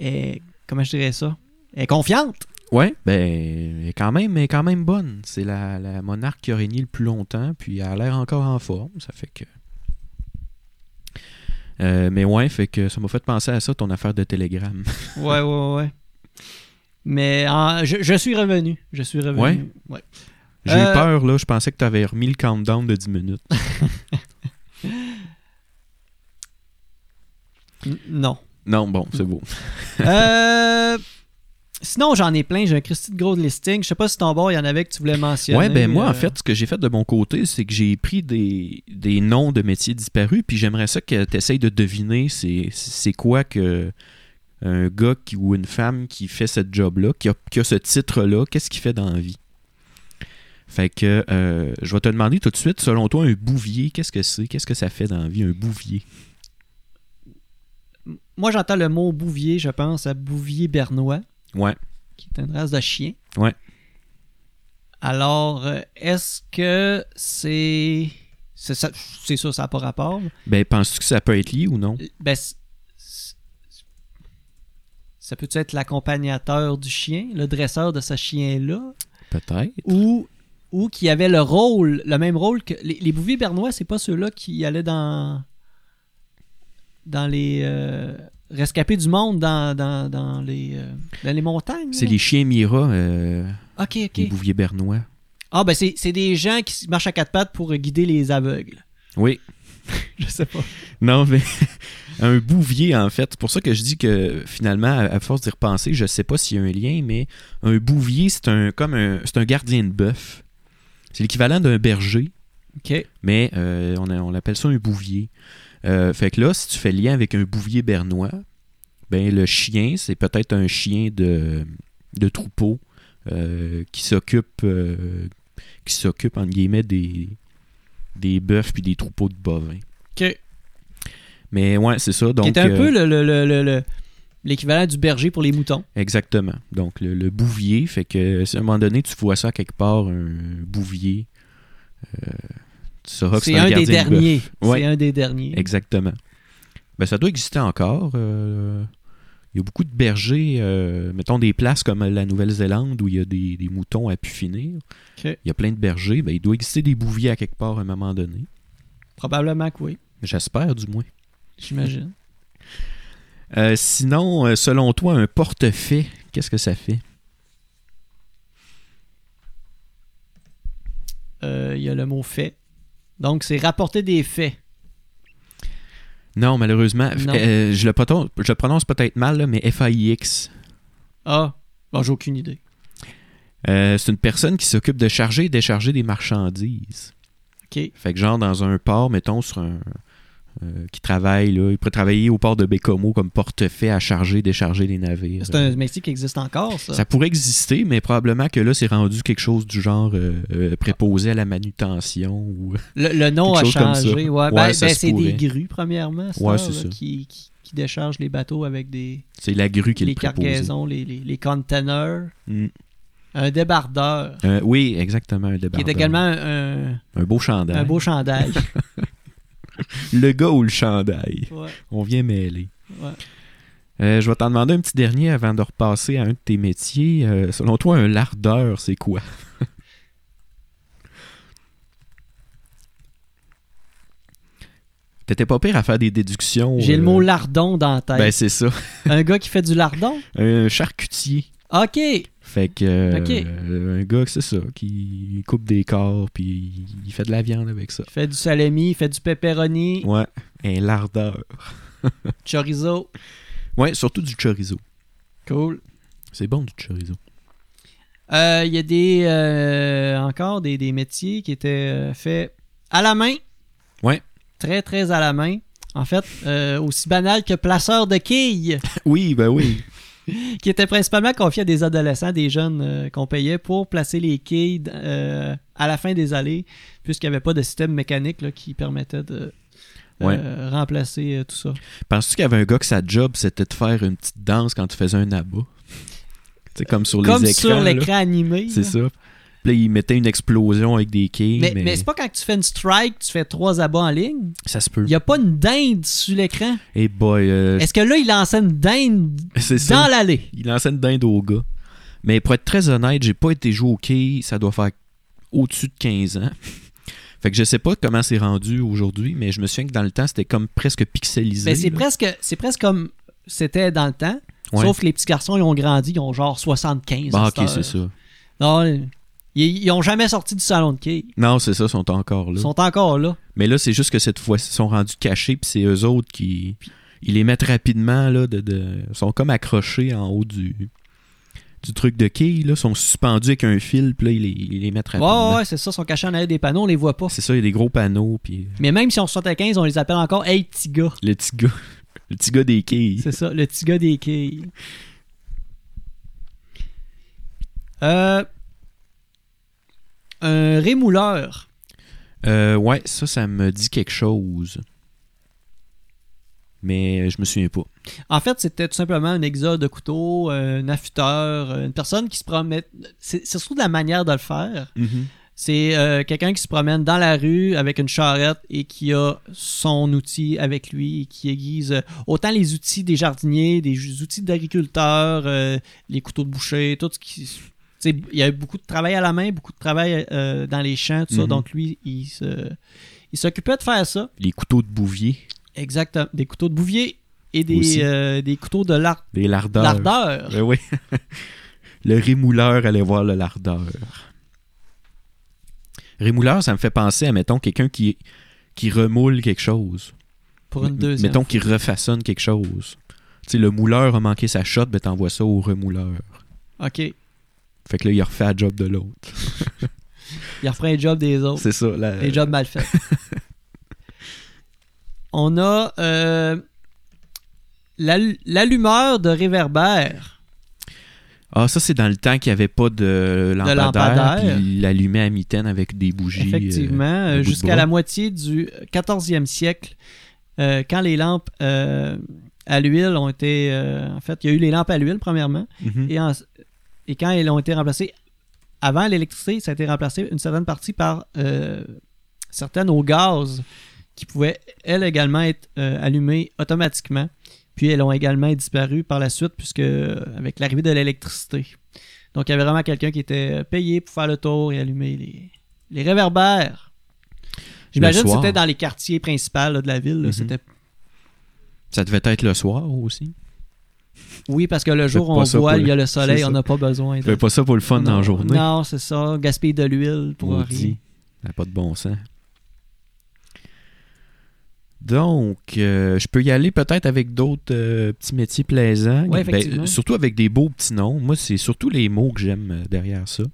A: et comment je dirais ça? Elle est confiante.
B: Ouais, ben, elle est quand même, elle est quand même bonne. C'est la, la monarque qui a régné le plus longtemps, puis elle a l'air encore en forme. Ça fait que. Euh, mais ouais, fait que ça m'a fait penser à ça, ton affaire de télégramme.
A: Ouais, ouais, ouais. Mais en- je, je suis revenu. Je suis revenu.
B: Ouais?
A: Ouais.
B: J'ai
A: Euh,
B: eu peur, là. Je pensais que tu avais remis le countdown de 10 minutes.
A: N- non.
B: Non, bon, c'est beau.
A: Euh, Sinon, j'en ai plein. J'ai un Christy de gros de listing. Je sais pas si ton bord, il y en avait que tu voulais mentionner.
B: Ouais, ben moi,
A: euh,
B: en fait, ce que j'ai fait de mon côté, c'est que j'ai pris des, des noms de métiers disparus, puis j'aimerais ça que tu essayes de deviner c'est, c'est quoi que un gars qui, ou une femme qui fait ce job-là, qui a, qui a ce titre-là, qu'est-ce qu'il fait dans la vie? Fait que euh, je vais te demander tout de suite, selon toi, un bouvier, qu'est-ce que c'est? Qu'est-ce que ça fait dans la vie, un bouvier?
A: Moi, j'entends le mot bouvier, je pense à bouvier bernois,
B: Ouais.
A: qui est une race de chien.
B: Ouais.
A: Alors, euh, est-ce que c'est. C'est ça- c'est sûr, ça n'a pas rapport.
B: Ben, penses-tu que ça peut être lié ou non?
A: Ben, c- c- ça peut être l'accompagnateur du chien, le dresseur de ce chien-là,
B: Peut-être.
A: ou, ou qui avait le rôle, le même rôle que. Les, les bouviers bernois, c'est pas ceux-là qui allaient dans. dans les. euh, rescapés du monde dans, dans, dans les, euh, dans les montagnes.
B: C'est
A: là.
B: les chiens Mira, euh,
A: Ok,
B: les
A: ok.
B: bouviers bernois.
A: Ah, ben c'est c'est des gens qui marchent à quatre pattes pour euh, guider les aveugles.
B: Oui,
A: Je sais pas.
B: Non, mais un bouvier, en fait. C'est pour ça que je dis que finalement, à, à force d'y repenser, je sais pas s'il y a un lien, mais un bouvier, c'est un comme un, c'est un gardien de bœuf. C'est l'équivalent d'un berger,
A: Ok.
B: mais euh, on, a- on l'appelle ça un bouvier. Euh, fait que là, si tu fais lien avec un bouvier bernois, ben le chien, c'est peut-être un chien de, de troupeau euh, qui s'occupe euh, qui s'occupe entre guillemets des, des bœufs puis des troupeaux de bovins.
A: Ok.
B: Mais ouais, c'est ça. Donc,
A: Qui est un
B: euh,
A: peu le- le- le- le- le- l'équivalent du berger pour les moutons.
B: Exactement. Donc, le, le bouvier, fait que si à un moment donné, tu vois ça quelque part, un bouvier, euh, tu sauras que
A: C'est
B: c'est
A: un, des
B: gardien de bœuf.
A: derniers.
B: Ouais.
A: C'est un des derniers.
B: Exactement. Ben, ça doit exister encore. euh, il y a beaucoup de bergers, euh, mettons des places comme la Nouvelle-Zélande où il y a des, des moutons à pu finir.
A: Ok.
B: Il y a plein de bergers. Ben, il doit exister des bouviers à quelque part à un moment donné.
A: Probablement que oui,
B: J'espère, du moins.
A: j'imagine.
B: Euh, sinon, euh, selon toi, un portefeuille, qu'est-ce que ça fait?
A: Euh, Il y a le mot fait. Donc, c'est rapporter des faits.
B: Non, malheureusement.
A: Non.
B: Euh, je, le proton- je le prononce peut-être mal, là, mais FAIX.
A: Ah, bon, j'ai aucune idée.
B: Euh, c'est une personne qui s'occupe de charger et décharger des marchandises.
A: OK.
B: Fait que genre dans un port, mettons, sur un... euh, qui travaille, là, il pourrait travailler au port de Bécomo comme portefeuille à charger et décharger les navires.
A: C'est un métier qui existe encore, ça.
B: Ça pourrait exister, mais probablement que là, c'est rendu quelque chose du genre euh, euh, préposé à la manutention. Ou...
A: Le, le nom
B: quelque
A: a
B: chose comme ça.
A: changé. Ouais,
B: Ouais,
A: ben,
B: ça
A: ben,
B: se
A: c'est des
B: pourrait.
A: grues, premièrement, c'est
B: Ouais,
A: ça,
B: c'est
A: là,
B: ça.
A: Qui, qui, qui déchargent les bateaux avec des
B: C'est la grue qui est
A: les
B: le préposé.
A: cargaisons, les, les, les containers.
B: Mm.
A: Un débardeur,
B: Euh, oui, exactement, un
A: qui
B: débardeur.
A: est également un, un-
B: Un beau chandail.
A: un beau chandail.
B: Le gars ou le chandail.
A: Ouais,
B: On vient mêler.
A: ouais.
B: Euh, je vais t'en demander un petit dernier avant de repasser à un de tes métiers. Euh, selon toi, un lardeur, c'est quoi? T'étais pas pire à faire des déductions.
A: J'ai le
B: euh,
A: mot lardon dans la tête.
B: Ben, c'est ça.
A: Un gars qui fait du lardon?
B: Un charcutier.
A: OK.
B: Fait que. euh,
A: Ok.
B: euh, un gars, c'est ça, qui coupe des corps, puis il fait de la viande avec ça.
A: Il fait du salami, il fait du pepperoni,
B: Ouais, un lardeur.
A: chorizo.
B: Ouais, surtout du chorizo.
A: Cool.
B: C'est bon du chorizo.
A: Euh, Il y a des euh, encore des, des métiers qui étaient euh, faits à la main.
B: Ouais.
A: Très, très à la main. En fait, euh, aussi banal que placeur de quilles.
B: Oui, ben oui.
A: qui était principalement confié à des adolescents, des jeunes euh, qu'on payait pour placer les quilles euh, à la fin des allées, puisqu'il n'y avait pas de système mécanique là, qui permettait de euh,
B: Ouais.
A: remplacer euh, tout ça.
B: Penses-tu qu'il y avait un gars que sa job, c'était de faire une petite danse quand tu faisais un abat? C'est comme sur
A: Comme
B: les
A: sur
B: écrans. là.
A: l'écran animé.
B: C'est
A: là.
B: ça. Puis là, il mettait une explosion avec des quilles.
A: Mais,
B: Mais,
A: mais c'est pas quand tu fais une strike, tu fais trois abats en ligne.
B: ça se peut.
A: Il n'y a pas une dinde sur l'écran.
B: Et boy, euh,
A: Est-ce que là, il lançait une dinde
B: c'est
A: dans
B: ça.
A: l'allée?
B: Il lançait une dinde au gars. Mais pour être très honnête, j'ai pas été joué au quilles. Ça doit faire au-dessus de 15 ans. fait que je sais pas comment c'est rendu aujourd'hui, mais je me souviens que dans le temps, c'était comme presque pixelisé.
A: Mais Ben, c'est
B: là.
A: presque, c'est presque comme c'était dans le temps.
B: Ouais.
A: Sauf que les petits garçons, ils ont grandi, ils ont genre 75
B: Bah,
A: à cette
B: ok,
A: heure.
B: c'est ça.
A: Non, ils, ils ont jamais sorti du salon de quilles.
B: Non, c'est ça, ils sont encore là.
A: Ils sont encore là.
B: Mais là, c'est juste que cette fois, ils sont rendus cachés, puis c'est eux autres qui. Ils les mettent rapidement, là, de, de- ils sont comme accrochés en haut du, du truc de quille, là. Ils sont suspendus avec un fil, puis là, ils les, ils les mettent
A: Ouais,
B: rapidement.
A: ouais, ouais, c'est ça, ils sont cachés en arrière des panneaux, on les voit pas.
B: C'est ça, il y a des gros panneaux, puis
A: Mais même si on 75, on les appelle encore Hey petit gars.
B: le petit gars, le petit gars des quilles.
A: C'est ça, le petit gars des quilles. Euh, un rémouleur.
B: Euh, ouais, ça, ça me dit quelque chose. Mais euh, je me souviens pas.
A: En fait, c'était tout simplement un exode de couteau, euh, un affûteur, euh, une personne qui se promène. C'est c'est surtout de la manière de le faire. C'est euh, quelqu'un qui se promène dans la rue avec une charrette et qui a son outil avec lui et qui aiguise euh, autant les outils des jardiniers, des ju- outils d'agriculteurs, euh, les couteaux de boucher, tout ce qui. tu sais, Il y a eu beaucoup de travail à la main, beaucoup de travail euh, dans les champs, tout ça.
B: Mhm.
A: Donc lui, il se- il s'occupait de faire ça.
B: Les couteaux de Bouvier,
A: Exactement. Des couteaux de bouvier et des,
B: Aussi.
A: euh, des couteaux de lar-
B: des lardeurs.
A: lardeur.
B: Ben oui. le rémouleur allait voir le lardeur. Rémouleur, ça me fait penser à, mettons, quelqu'un qui, qui remoule quelque chose.
A: Pour une
B: M-
A: deuxième.
B: Mettons, qui refaçonne quelque chose. Tu sais, le mouleur a manqué sa shot, ben t'envoies ça au remouleur.
A: OK.
B: Fait que là, il refait la job de l'autre.
A: Il reprend le job des autres.
B: C'est ça. la-
A: Oh. Les jobs mal faits. On a euh, l'all- l'allumeur de réverbère.
B: Ah, ça, c'est dans le temps qu'il n'y avait pas de lampadaire.
A: lampadaire.
B: Puis il allumait à mitaine avec des bougies.
A: Effectivement, euh,
B: bout de
A: jusqu'à
B: bras.
A: la moitié du 14e siècle, euh, quand les lampes euh, à l'huile ont été. euh, en fait, il y a eu les lampes à l'huile, premièrement,
B: euh, mhm.
A: et, en- et quand elles ont été remplacées, avant l'électricité, ça a été remplacé une certaine partie par euh, certaines au gaz qui pouvaient, elles également, être euh, allumées automatiquement. Puis elles ont également disparu par la suite, puisque euh, avec l'arrivée de l'électricité. Donc il y avait vraiment quelqu'un qui était payé pour faire le tour et allumer les, les réverbères. J'imagine
B: Le
A: que
B: soir.
A: c'était dans les quartiers principaux là, de la ville. là.
B: Mhm.
A: C'était-
B: Ça devait être le soir aussi.
A: Oui, parce que le jour
B: Faites
A: on
B: pas ça
A: voit,
B: pour
A: il y a
B: le-
A: le soleil,
B: c'est
A: on
B: ça.
A: n'a pas besoin. de-
B: Tu fais pas ça pour le fun
A: Non,
B: dans la journée.
A: Non, c'est ça. Gaspiller de l'huile pour
B: Maudit.
A: rien.
B: Ça n'a pas de bon sens. Donc, euh, je peux y aller peut-être avec d'autres euh, petits métiers plaisants. Ben,
A: Ouais, effectivement.
B: surtout avec des beaux petits noms. Moi, c'est surtout les mots que j'aime euh, derrière ça.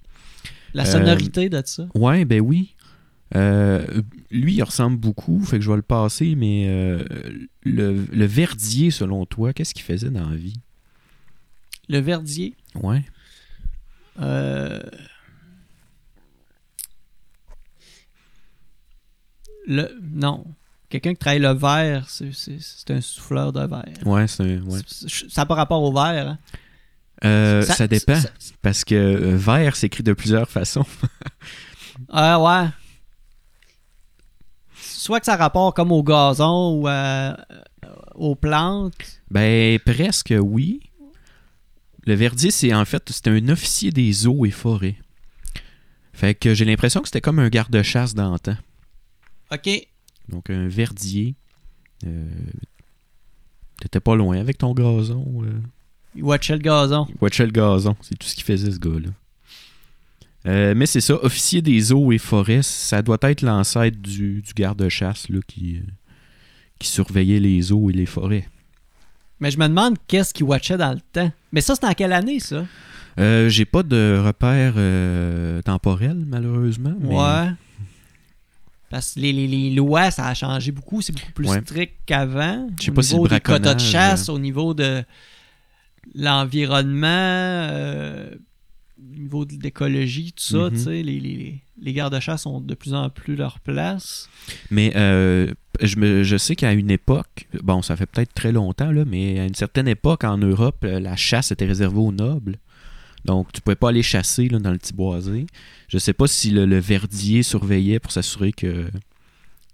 A: La
B: Euh,
A: sonorité de ça.
B: Ouais, ben oui. Euh, lui, il ressemble beaucoup, fait que je vais le passer, mais euh, le, le verdier, selon toi, qu'est-ce qu'il faisait dans la vie?
A: Le verdier.
B: Ouais.
A: euh, Le... Non. Quelqu'un qui travaille le verre, c'est- c'est c'est un souffleur de verre.
B: Ouais, c'est un- ouais.
A: C'est- c'est- Ça n'a pas rapport au verre. hein.
B: Euh, ça,
A: Ça-
B: dépend,
A: ça-
B: parce que euh, verre s'écrit de plusieurs façons.
A: Ah ouais. Soit que ça rapporte comme au gazon ou à- aux plantes.
B: Ben, presque oui. Le verdier, c'est en fait, c'était un officier des eaux et forêts. Fait que j'ai l'impression que c'était comme un garde-chasse d'antan.
A: OK.
B: Donc, un verdier. euh, T'étais pas loin avec ton gazon. euh.
A: Il watchait le gazon.
B: Il watchait le gazon. C'est tout ce qu'il faisait, ce gars-là. Euh, mais c'est ça, officier des eaux et forêts, ça doit être l'ancêtre du, du garde-chasse là, qui, euh, qui surveillait les eaux et les forêts.
A: Mais je me demande qu'est-ce qu'il watchait dans le temps. Mais ça, c'était en quelle année, ça?
B: Euh, j'ai pas de repère euh, temporel, malheureusement. mais-
A: Ouais. Parce que les, les- les lois, ça a changé beaucoup. C'est beaucoup plus
B: Ouais.
A: strict qu'avant.
B: Je sais
A: Au
B: pas si euh.
A: niveau
B: le
A: des quotas de
B: braconnage,
A: chasse, au niveau de, l'environnement, euh, au niveau de l'écologie, tout ça,
B: Mhm.
A: tu sais, les, les, les gardes-chasse ont de plus en plus leur place.
B: Mais euh, je, me- je sais qu'à une époque, bon, ça fait peut-être très longtemps, là, mais à une certaine époque en Europe, euh, la chasse était réservée aux nobles. Donc, tu pouvais pas aller chasser là, dans le petit boisé. Je sais pas si le, le verdier surveillait pour s'assurer que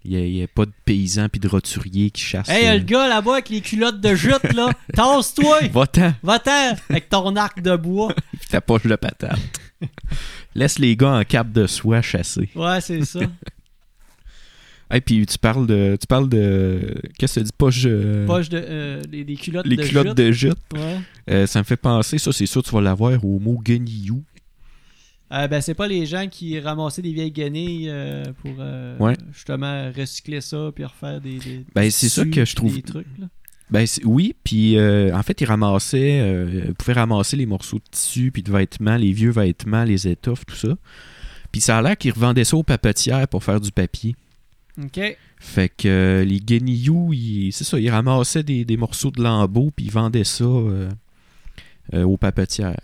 B: il n'y ait pas de paysans puis de roturiers qui chassent.
A: Hey,
B: euh,
A: le gars là-bas avec les culottes de jute, là, tasse-toi!
B: Va-t'en,
A: Va-t'en avec ton arc de bois.
B: puis ta poche de patate. Laisse les gars en cap de soie chasser.
A: Ouais, c'est ça.
B: Et puis tu parles de tu parles de qu'est-ce que tu dis poche euh,
A: Poche de. euh, des, des culottes
B: les
A: de
B: culottes
A: jute.
B: de jute.
A: Ouais.
B: Euh, ça me fait penser, ça c'est sûr, tu vas l'avoir au mot guenillou.
A: Euh, ben, c'est pas les gens qui ramassaient des vieilles guenilles euh, pour euh,
B: Ouais.
A: justement recycler ça puis refaire des. des
B: Ben, c'est ça
A: tissus,
B: que je trouve-
A: Des trucs, là.
B: Ben c'est- oui, puis euh, en fait, ils ramassaient, euh, ils pouvaient ramasser les morceaux de tissu, puis de vêtements, les vieux vêtements, les étoffes, tout ça. Puis ça a l'air qu'ils revendaient ça aux papetières pour faire du papier.
A: Ok.
B: Fait que euh, les guenillous, ils- c'est ça, ils ramassaient des, des morceaux de lambeaux, puis ils vendaient ça euh, euh, aux papetières.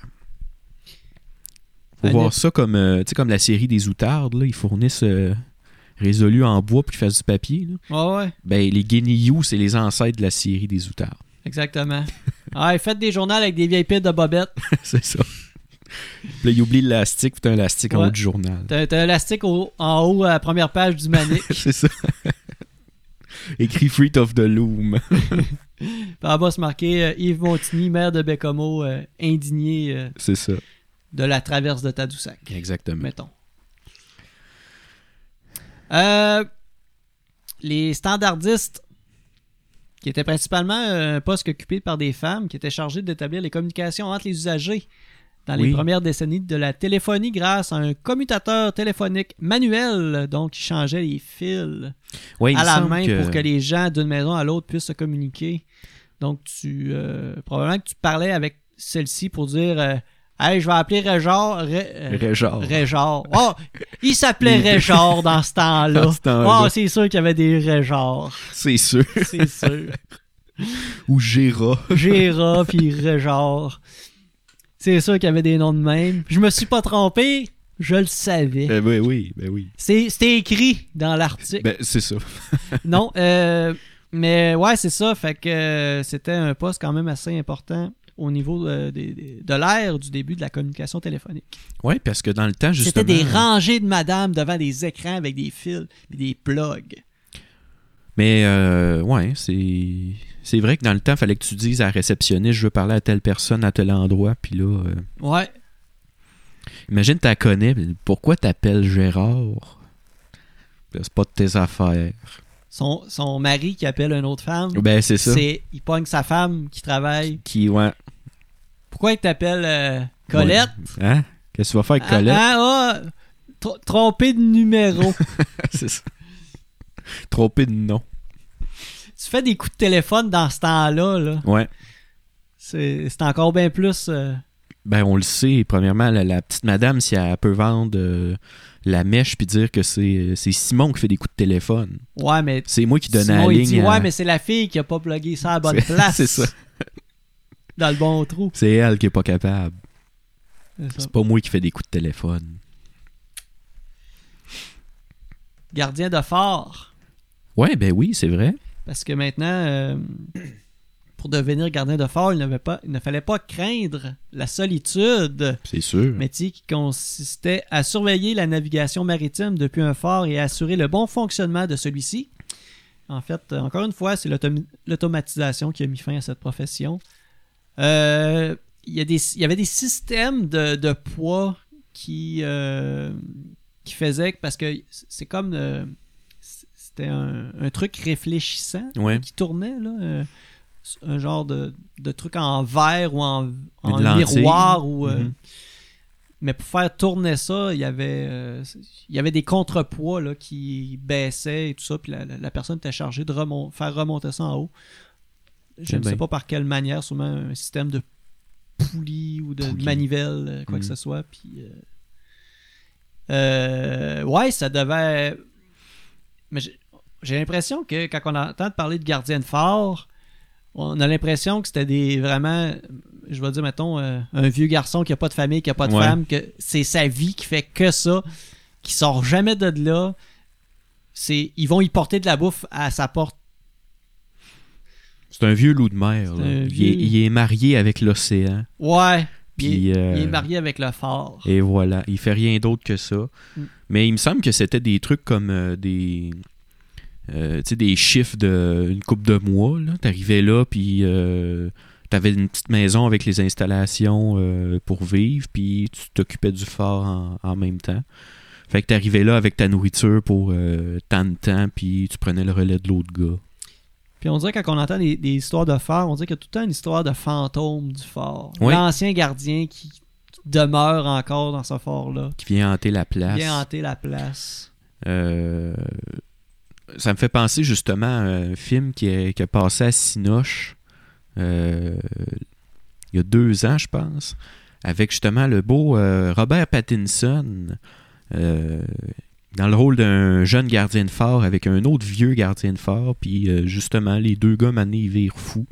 B: Faut
A: À
B: voir
A: l'ép-
B: ça comme, euh, tu sais, comme la série des outardes, là, ils fournissent euh, résolu en bois, puis ils fassent du papier. là.
A: Ouais, ouais.
B: Ben, les guenillous, c'est les ancêtres de la série des outards.
A: Exactement. Ah, et faites des journaux avec des vieilles piles de bobettes.
B: c'est ça. Puis là, ils oublient le lastique, puis t'as un lastique en
A: Ouais.
B: haut du journal.
A: T'as t'as un élastique au- en haut à la première page du manic. Puis
B: c'est ça. Écrit Fruit of the Loom.
A: en bas, c'est marqué euh, Yves Montigny, maire de Bécomo, euh, indigné euh,
B: C'est ça.
A: de la traverse de Tadoussac.
B: Exactement.
A: mettons. Euh, les standardistes, qui étaient principalement euh, un poste occupé par des femmes, qui étaient chargées d'établir les communications entre les usagers dans les
B: Oui.
A: premières décennies de la téléphonie grâce à un commutateur téléphonique manuel, donc qui changeait les fils
B: Ouais, Ben, il
A: à
B: me
A: la
B: semble
A: main pour que les gens d'une maison à l'autre puissent se communiquer. Donc, tu euh, probablement que tu parlais avec celle-ci pour dire euh, Hey, je vais appeler Réjard. Ré- euh,
B: Régard.
A: Réjard. Oh, il s'appelait Réjard dans ce temps-là.
B: Dans ce temps-là.
A: Oh, c'est sûr qu'il y avait des Réjards.
B: C'est sûr.
A: C'est sûr.
B: Ou Géra.
A: Géra puis Réjard. C'est sûr qu'il y avait des noms de même. Je me suis pas trompé. Je le savais.
B: Eh ben oui, ben oui.
A: C'est- C'était écrit dans l'article.
B: Ben, c'est ça.
A: Non, euh, mais ouais, c'est ça. Fait que euh, c'était un poste quand même assez important au niveau euh, des- des- de l'ère du début de la communication téléphonique.
B: Oui, parce que dans le temps, justement.
A: C'était des rangées de madame devant des écrans avec des fils et des plugs.
B: Mais, euh, ouais, c'est. C'est vrai que dans le temps, il fallait que tu dises à la réceptionniste, je veux parler à telle personne à tel endroit, puis là. euh,
A: Ouais.
B: Imagine, t'as connais. mais Pourquoi t'appelles Gérard? Ben, C'est pas de tes affaires.
A: Son, son mari qui appelle une autre femme,
B: Ben, c'est ça.
A: c'est il pogne sa femme qui travaille.
B: Qui, ouais.
A: Pourquoi il t'appelle euh, Colette?
B: Hein? Qu'est-ce que tu vas faire avec Colette?
A: Ah, ah, ah, tro- trompé de numéro.
B: c'est ça. Trompé de nom.
A: tu fais des coups de téléphone dans ce temps-là. là.
B: Ouais.
A: C'est c'est encore bien plus. euh,
B: Ben, on le sait. Premièrement, la, la petite madame, si elle peut vendre euh, la mèche puis dire que c'est euh, c'est Simon qui fait des coups de téléphone.
A: Ouais, mais
B: C'est moi qui donnais
A: Simon,
B: la
A: il
B: ligne.
A: dit,
B: à-
A: ouais, mais c'est la fille qui a pas plugué ça à la bonne
B: C'est-
A: place.
B: c'est ça.
A: Dans le bon trou.
B: C'est elle qui est pas capable.
A: C'est ça.
B: C'est pas moi qui fais des coups de téléphone.
A: Gardien de phare.
B: Ouais, ben oui, c'est vrai.
A: Parce que maintenant, euh, pour devenir gardien de phare, il, n'avait pas, il ne fallait pas craindre la solitude.
B: C'est sûr.
A: Métier qui consistait à surveiller la navigation maritime depuis un phare et à assurer le bon fonctionnement de celui-ci. En fait, euh, encore une fois, c'est l'autom- l'automatisation qui a mis fin à cette profession. Euh, il, y a des, il y avait des systèmes de, de poids qui, euh, qui faisaient que- parce que c'est comme euh, c'était un, un truc réfléchissant
B: Ouais.
A: qui tournait là, euh, un genre de, de truc en verre ou en, en
B: Une lentille.
A: miroir ou euh,
B: Mhm.
A: mais pour faire tourner ça, il y avait euh, il y avait des contrepoids là, qui baissaient et tout ça puis la, la- la personne était chargée de remon- faire remonter ça en haut. Je
B: Eh
A: ne sais
B: ben.
A: pas par quelle manière, sûrement un système de poulie ou de
B: Poulie.
A: manivelle, euh, quoi que
B: Mhm.
A: ce soit puis euh, euh, ouais, ça devait mais j'ai- j'ai l'impression que quand on entend parler de gardien de phare, on a l'impression que c'était des vraiment, je vais dire, mettons, euh, un vieux garçon qui a pas de famille, qui a pas de
B: Ouais.
A: femme, que c'est sa vie qui fait que ça, qui sort jamais de là. C'est, ils vont y porter de la bouffe à sa porte.
B: C'est un vieux loup de mer.
A: C'est
B: là.
A: un
B: Il,
A: vieux-
B: est, il est marié avec l'océan.
A: Ouais. il,
B: Puis,
A: est-
B: euh,
A: il est marié avec le fort.
B: Et voilà, il fait rien d'autre que ça.
A: Mm.
B: Mais il me semble que c'était des trucs comme euh, des euh, tu sais, des chiffres de une coupe de mois là, t'arrivais là puis euh, t'avais une petite maison avec les installations euh, pour vivre puis tu t'occupais du fort en, en même temps. Fait que t'arrivais là avec ta nourriture pour euh, tant de temps puis tu prenais le relais de l'autre gars.
A: Puis on dirait quand on entend des, des histoires de fort, on dirait qu'il y a tout le temps une histoire de fantôme du fort.
B: Oui.
A: L'ancien gardien qui demeure encore dans ce fort-là.
B: qui vient hanter la place.
A: Vient hanter la place.
B: Euh, ça me fait penser justement à un film qui a, qui a passé à Sinoche euh, il y a deux ans, je pense, avec justement le beau euh, Robert Pattinson euh, dans le rôle d'un jeune gardien de phare avec un autre vieux gardien de phare. Puis euh, justement, les deux gars, mané, ils virent fous.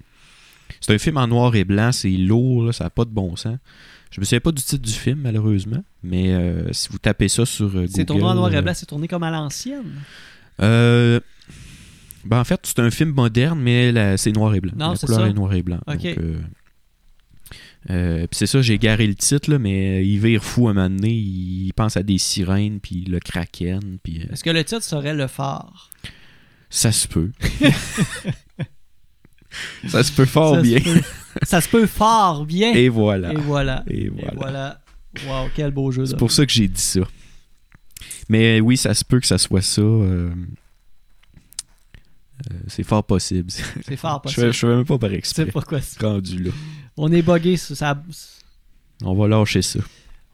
B: C'est un film en noir et blanc, c'est lourd, là, ça n'a pas de bon sens. Je me souviens pas du titre du film, malheureusement, mais euh, si vous tapez ça sur euh, Google...
A: C'est tourné en noir et
B: euh,
A: blanc, c'est tourné comme à l'ancienne.
B: euh, ben en fait, c'est un film moderne, mais la- c'est noir et blanc.
A: Non,
B: la
A: c'est
B: couleur
A: ça.
B: est noir et blanc.
A: Ok.
B: Donc, euh, euh, puis c'est ça, j'ai garé le titre, là, mais euh, il vire fou à un moment donné. Il pense à des sirènes, puis le kraken, puis euh,
A: Est-ce que le titre serait Le Phare?
B: ça se peut. ça se peut fort
A: ça
B: Oh, bien.
A: Se peut, ça se peut fort bien. Et
B: Et voilà.
A: voilà.
B: Et
A: Et
B: voilà.
A: voilà. Wow, quel beau jeu.
B: C'est
A: de-
B: pour ça que j'ai dit ça. Mais euh, oui, ça se peut que ça soit ça. euh, euh, c'est fort possible.
A: C'est fort
B: Je fais,
A: possible.
B: je fais même pas par
A: Je sais
B: exprès.
A: pas quoi c'est.
B: rendu là.
A: On est buggé. sur ça-
B: On va lâcher ça.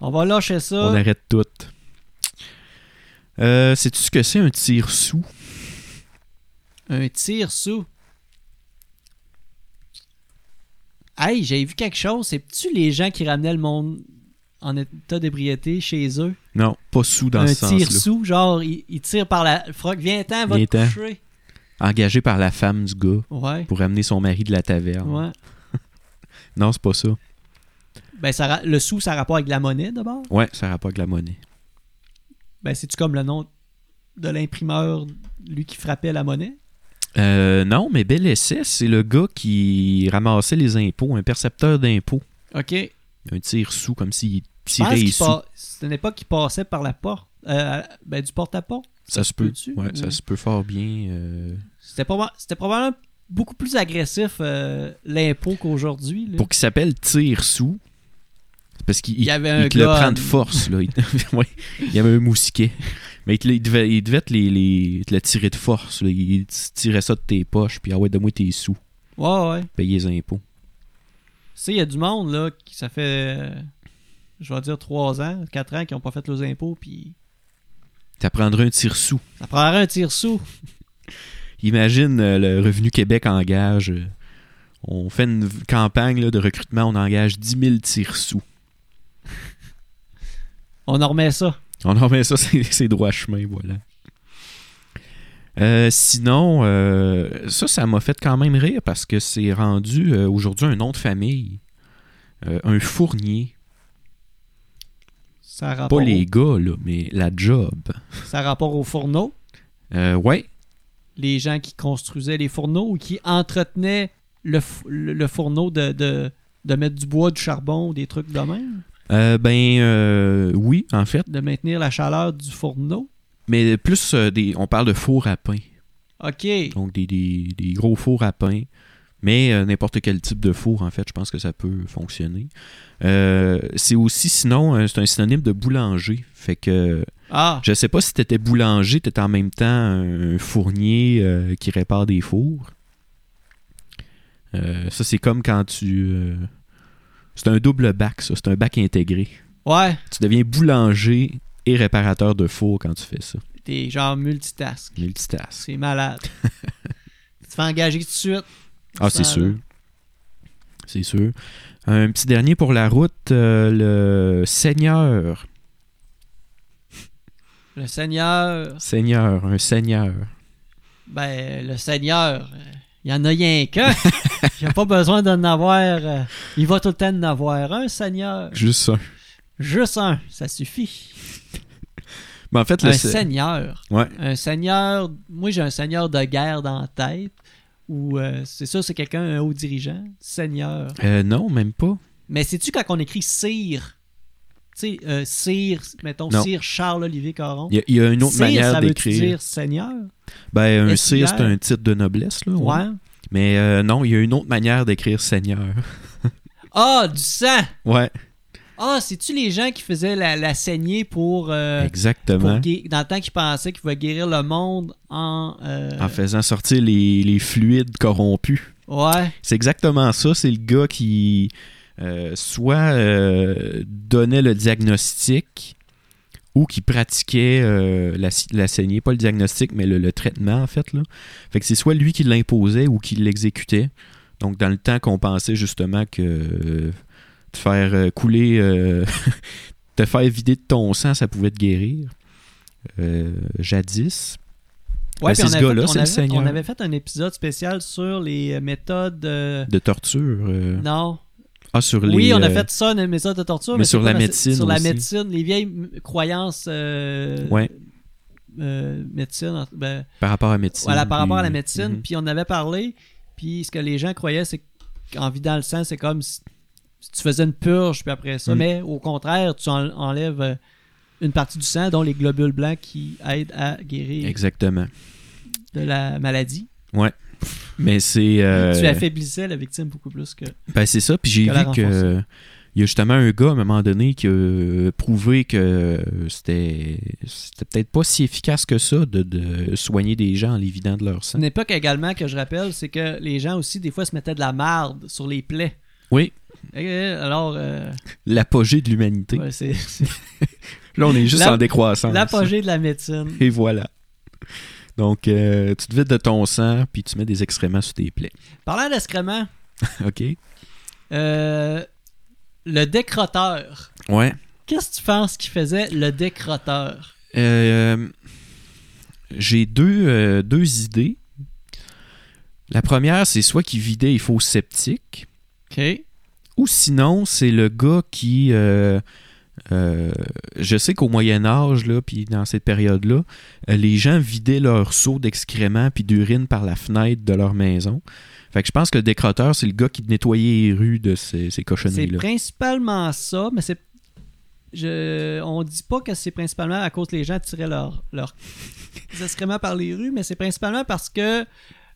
A: On va lâcher ça.
B: On arrête tout. Euh, Sais-tu ce que c'est un tir sous?
A: Un tir sous. Hey, j'ai vu quelque chose. C'est-tu les gens qui ramenaient le monde en état d'ébriété chez eux?
B: Non, pas sous dans
A: un
B: ce
A: tir
B: sens-là.
A: sous, genre, ils, ils tirent par la froc. Viens-t'en, va te
B: Viens-t'en.
A: coucher.
B: Engagé par la femme du gars
A: Ouais.
B: pour amener son mari de la taverne.
A: Ouais.
B: Non, c'est pas ça.
A: Ben, ça, ra- le sou, ça a rapport avec la monnaie d'abord.
B: Ouais, ça rapporte la monnaie.
A: Ben, c'est-tu comme le nom de l'imprimeur, lui qui frappait la monnaie?
B: Euh, non, mais bel essai, c'est le gars qui ramassait les impôts, un percepteur d'impôts.
A: OK.
B: Un tir sous, comme s'il
A: Je pense
B: tirait les
A: qu'il
B: sous.
A: pa- C'était une époque qui passait par la porte. euh, ben, du porte-à-porte.
B: Ça se peut.
A: peut-tu?
B: Ouais, ça
A: Ouais.
B: se peut fort bien. euh,
A: C'était proba- c'était probablement beaucoup plus agressif euh, l'impôt qu'aujourd'hui. là.
B: Pour qu'il s'appelle tir sous, c'est parce qu'il
A: Il y avait un
B: il te
A: gars-
B: le prend de force. Là. Il... Ouais. Il y avait un mousquet. Mais il, te le- il devait, il devait te, les, les- te le tirer de force. là. Il te tirait ça de tes poches. Puis, ah ouais, donne-moi tes sous.
A: Ouais, ouais. Tu
B: Payer les impôts.
A: sais, il y a du monde, là, qui ça fait, euh, je vais dire, 3 ans, 4 ans, qui n'ont pas fait leurs impôts, puis
B: Ça prendrait un tir sous.
A: ça prendrait un tir sous.
B: Imagine euh, le Revenu Québec engage. euh, on fait une v- campagne là, de recrutement. On engage 10 000 tirs sous.
A: On en remet ça.
B: On en met Ah ça, c'est c'est droit chemin. Voilà. Euh, sinon, euh, ça, ça m'a fait quand même rire parce que c'est rendu euh, aujourd'hui un nom de famille. Euh, un fournier.
A: Ça a rapport,
B: Pas les gars, là, mais la job.
A: au, ça a rapport aux fourneaux.
B: Euh, ouais,
A: Les gens qui construisaient les fourneaux ou qui entretenaient le, f- le le fourneau de, de, de mettre du bois, du charbon, des trucs de même,
B: Euh, ben euh, oui, en fait.
A: de maintenir la chaleur du fourneau.
B: Mais plus, euh, des, on parle de four à pain.
A: OK.
B: Donc des, des- des gros fours à pain. Mais euh, n'importe quel type de four, en fait, je pense que ça peut fonctionner. Euh, c'est aussi, sinon, euh, c'est un synonyme de boulanger. Fait que
A: Ah,
B: je sais pas si t'étais boulanger, t'étais en même temps un fournier euh, qui répare des fours. Euh, ça, c'est comme quand tu. euh, c'est un double bac, ça. C'est un bac intégré.
A: ouais.
B: Tu deviens boulanger et réparateur de four quand tu fais ça.
A: T'es genre multitask.
B: Multitask.
A: C'est malade. tu te fais engager tout de suite.
B: Ah, c'est
A: Ça,
B: sûr. C'est sûr. Un petit dernier pour la route, euh, le seigneur.
A: Le Seigneur,
B: Seigneur, un seigneur.
A: ben, le Seigneur, euh, Il y en a rien qu'un. Il n'y a pas besoin d'en avoir. euh, il va tout le temps en avoir un, Seigneur.
B: Juste ça.
A: Juste un, ça suffit.
B: Mais Ben, en fait, le
A: Un
B: se-
A: Seigneur.
B: Ouais.
A: Un Seigneur. Moi, j'ai un Seigneur de guerre dans la tête. Ou euh, c'est sûr, c'est quelqu'un, un haut dirigeant. Seigneur.
B: Euh, non, même pas.
A: Mais sais-tu quand on écrit Sire Tu sais, euh, Sire, mettons,
B: Non.
A: Sire Charles-Olivier Caron.
B: Il y a- il y, a une autre
A: Sire,
B: manière
A: ça veut-tu
B: d'écrire.
A: dire Seigneur
B: Ben, un
A: Est-ce
B: sire,
A: qu'il
B: c'est
A: y a-
B: un titre de noblesse, là. ouais.
A: Ouais.
B: Mais euh, non, il y a une autre manière d'écrire Seigneur.
A: Ah, du sang
B: Ouais,
A: Ah, c'est-tu les gens qui faisaient la, la saignée pour. euh,
B: exactement.
A: pour gué- dans le temps qu'ils pensaient qu'ils pouvaient guérir le monde en. euh,
B: En faisant sortir les, les fluides corrompus.
A: Ouais.
B: C'est exactement ça. C'est le gars qui euh, soit euh, donnait le diagnostic ou qui pratiquait euh, la, la saignée. Pas le diagnostic, mais le, le traitement, en fait. Là. Fait que c'est soit lui qui l'imposait ou qui l'exécutait. Donc, dans le temps qu'on pensait justement que euh, te faire euh, couler, euh, te faire vider de ton sang, ça pouvait te guérir. Euh, jadis.
A: Ouais,
B: Ben,
A: puis
B: c'est
A: on
B: ce
A: avait fait-
B: gars-là, c'est
A: on
B: le
A: avait-
B: Seigneur.
A: On avait fait un épisode spécial sur les euh, méthodes. euh,
B: De torture. euh,
A: Non.
B: Ah, sur les.
A: Oui, on a
B: euh,
A: fait ça, une méthode de torture.
B: mais
A: c'est
B: sur
A: quoi
B: la médecine
A: Sur la
B: aussi.
A: médecine, les vieilles m- croyances. euh,
B: Ouais.
A: euh, médecine. en- ben,
B: Par rapport à la médecine.
A: voilà, par rapport à la
B: puis-
A: médecine.
B: Mhm.
A: Puis on avait parlé. Puis ce que les gens croyaient, c'est qu'en vidant le sang, c'est comme si si tu faisais une purge, puis après ça.
B: Mm.
A: Mais au contraire, tu en- enlèves euh, une partie du sang, dont les globules blancs qui aident à guérir
B: Exactement.
A: de la maladie.
B: Mais c'est. euh,
A: Tu affaiblissais la victime beaucoup plus que.
B: ben, c'est ça. Puis j'ai
A: que la
B: vu que. Il y a justement un gars à un moment donné qui a euh, prouvé que c'était c'était peut-être pas si efficace que ça de, de soigner des gens en les vidant de leur sang.
A: Une époque également que je rappelle, c'est que les gens aussi, des fois, se mettaient de la marde sur les plaies.
B: Oui,
A: Et, alors, euh,
B: l'apogée de l'humanité.
A: ouais, c'est c'est
B: Là, on est juste
A: La-
B: en décroissance.
A: l'apogée de la médecine.
B: Et voilà. Donc, euh, tu te vides de ton sang, puis tu mets des excréments sur tes plaies.
A: Parlant d'excréments,
B: OK?
A: euh, le décrotteur.
B: Ouais.
A: Qu'est-ce que tu penses qu'il faisait le décrotteur?
B: Euh, j'ai deux, euh, deux idées. La première, c'est soit qu'il vidait les faux sceptiques,
A: OK.
B: ou sinon, c'est le gars qui. euh, euh, je sais qu'au Moyen Âge, là, puis dans cette période-là, euh, les gens vidaient leurs seaux d'excréments puis d'urine par la fenêtre de leur maison. Fait que je pense que le décrotteur, c'est le gars qui nettoyait les rues de ces, ces
A: C'est
B: cochonneries-là.
A: principalement ça, mais c'est. Je, on dit pas que c'est principalement à cause que les gens tiraient leurs leur excréments par les rues, mais c'est principalement parce que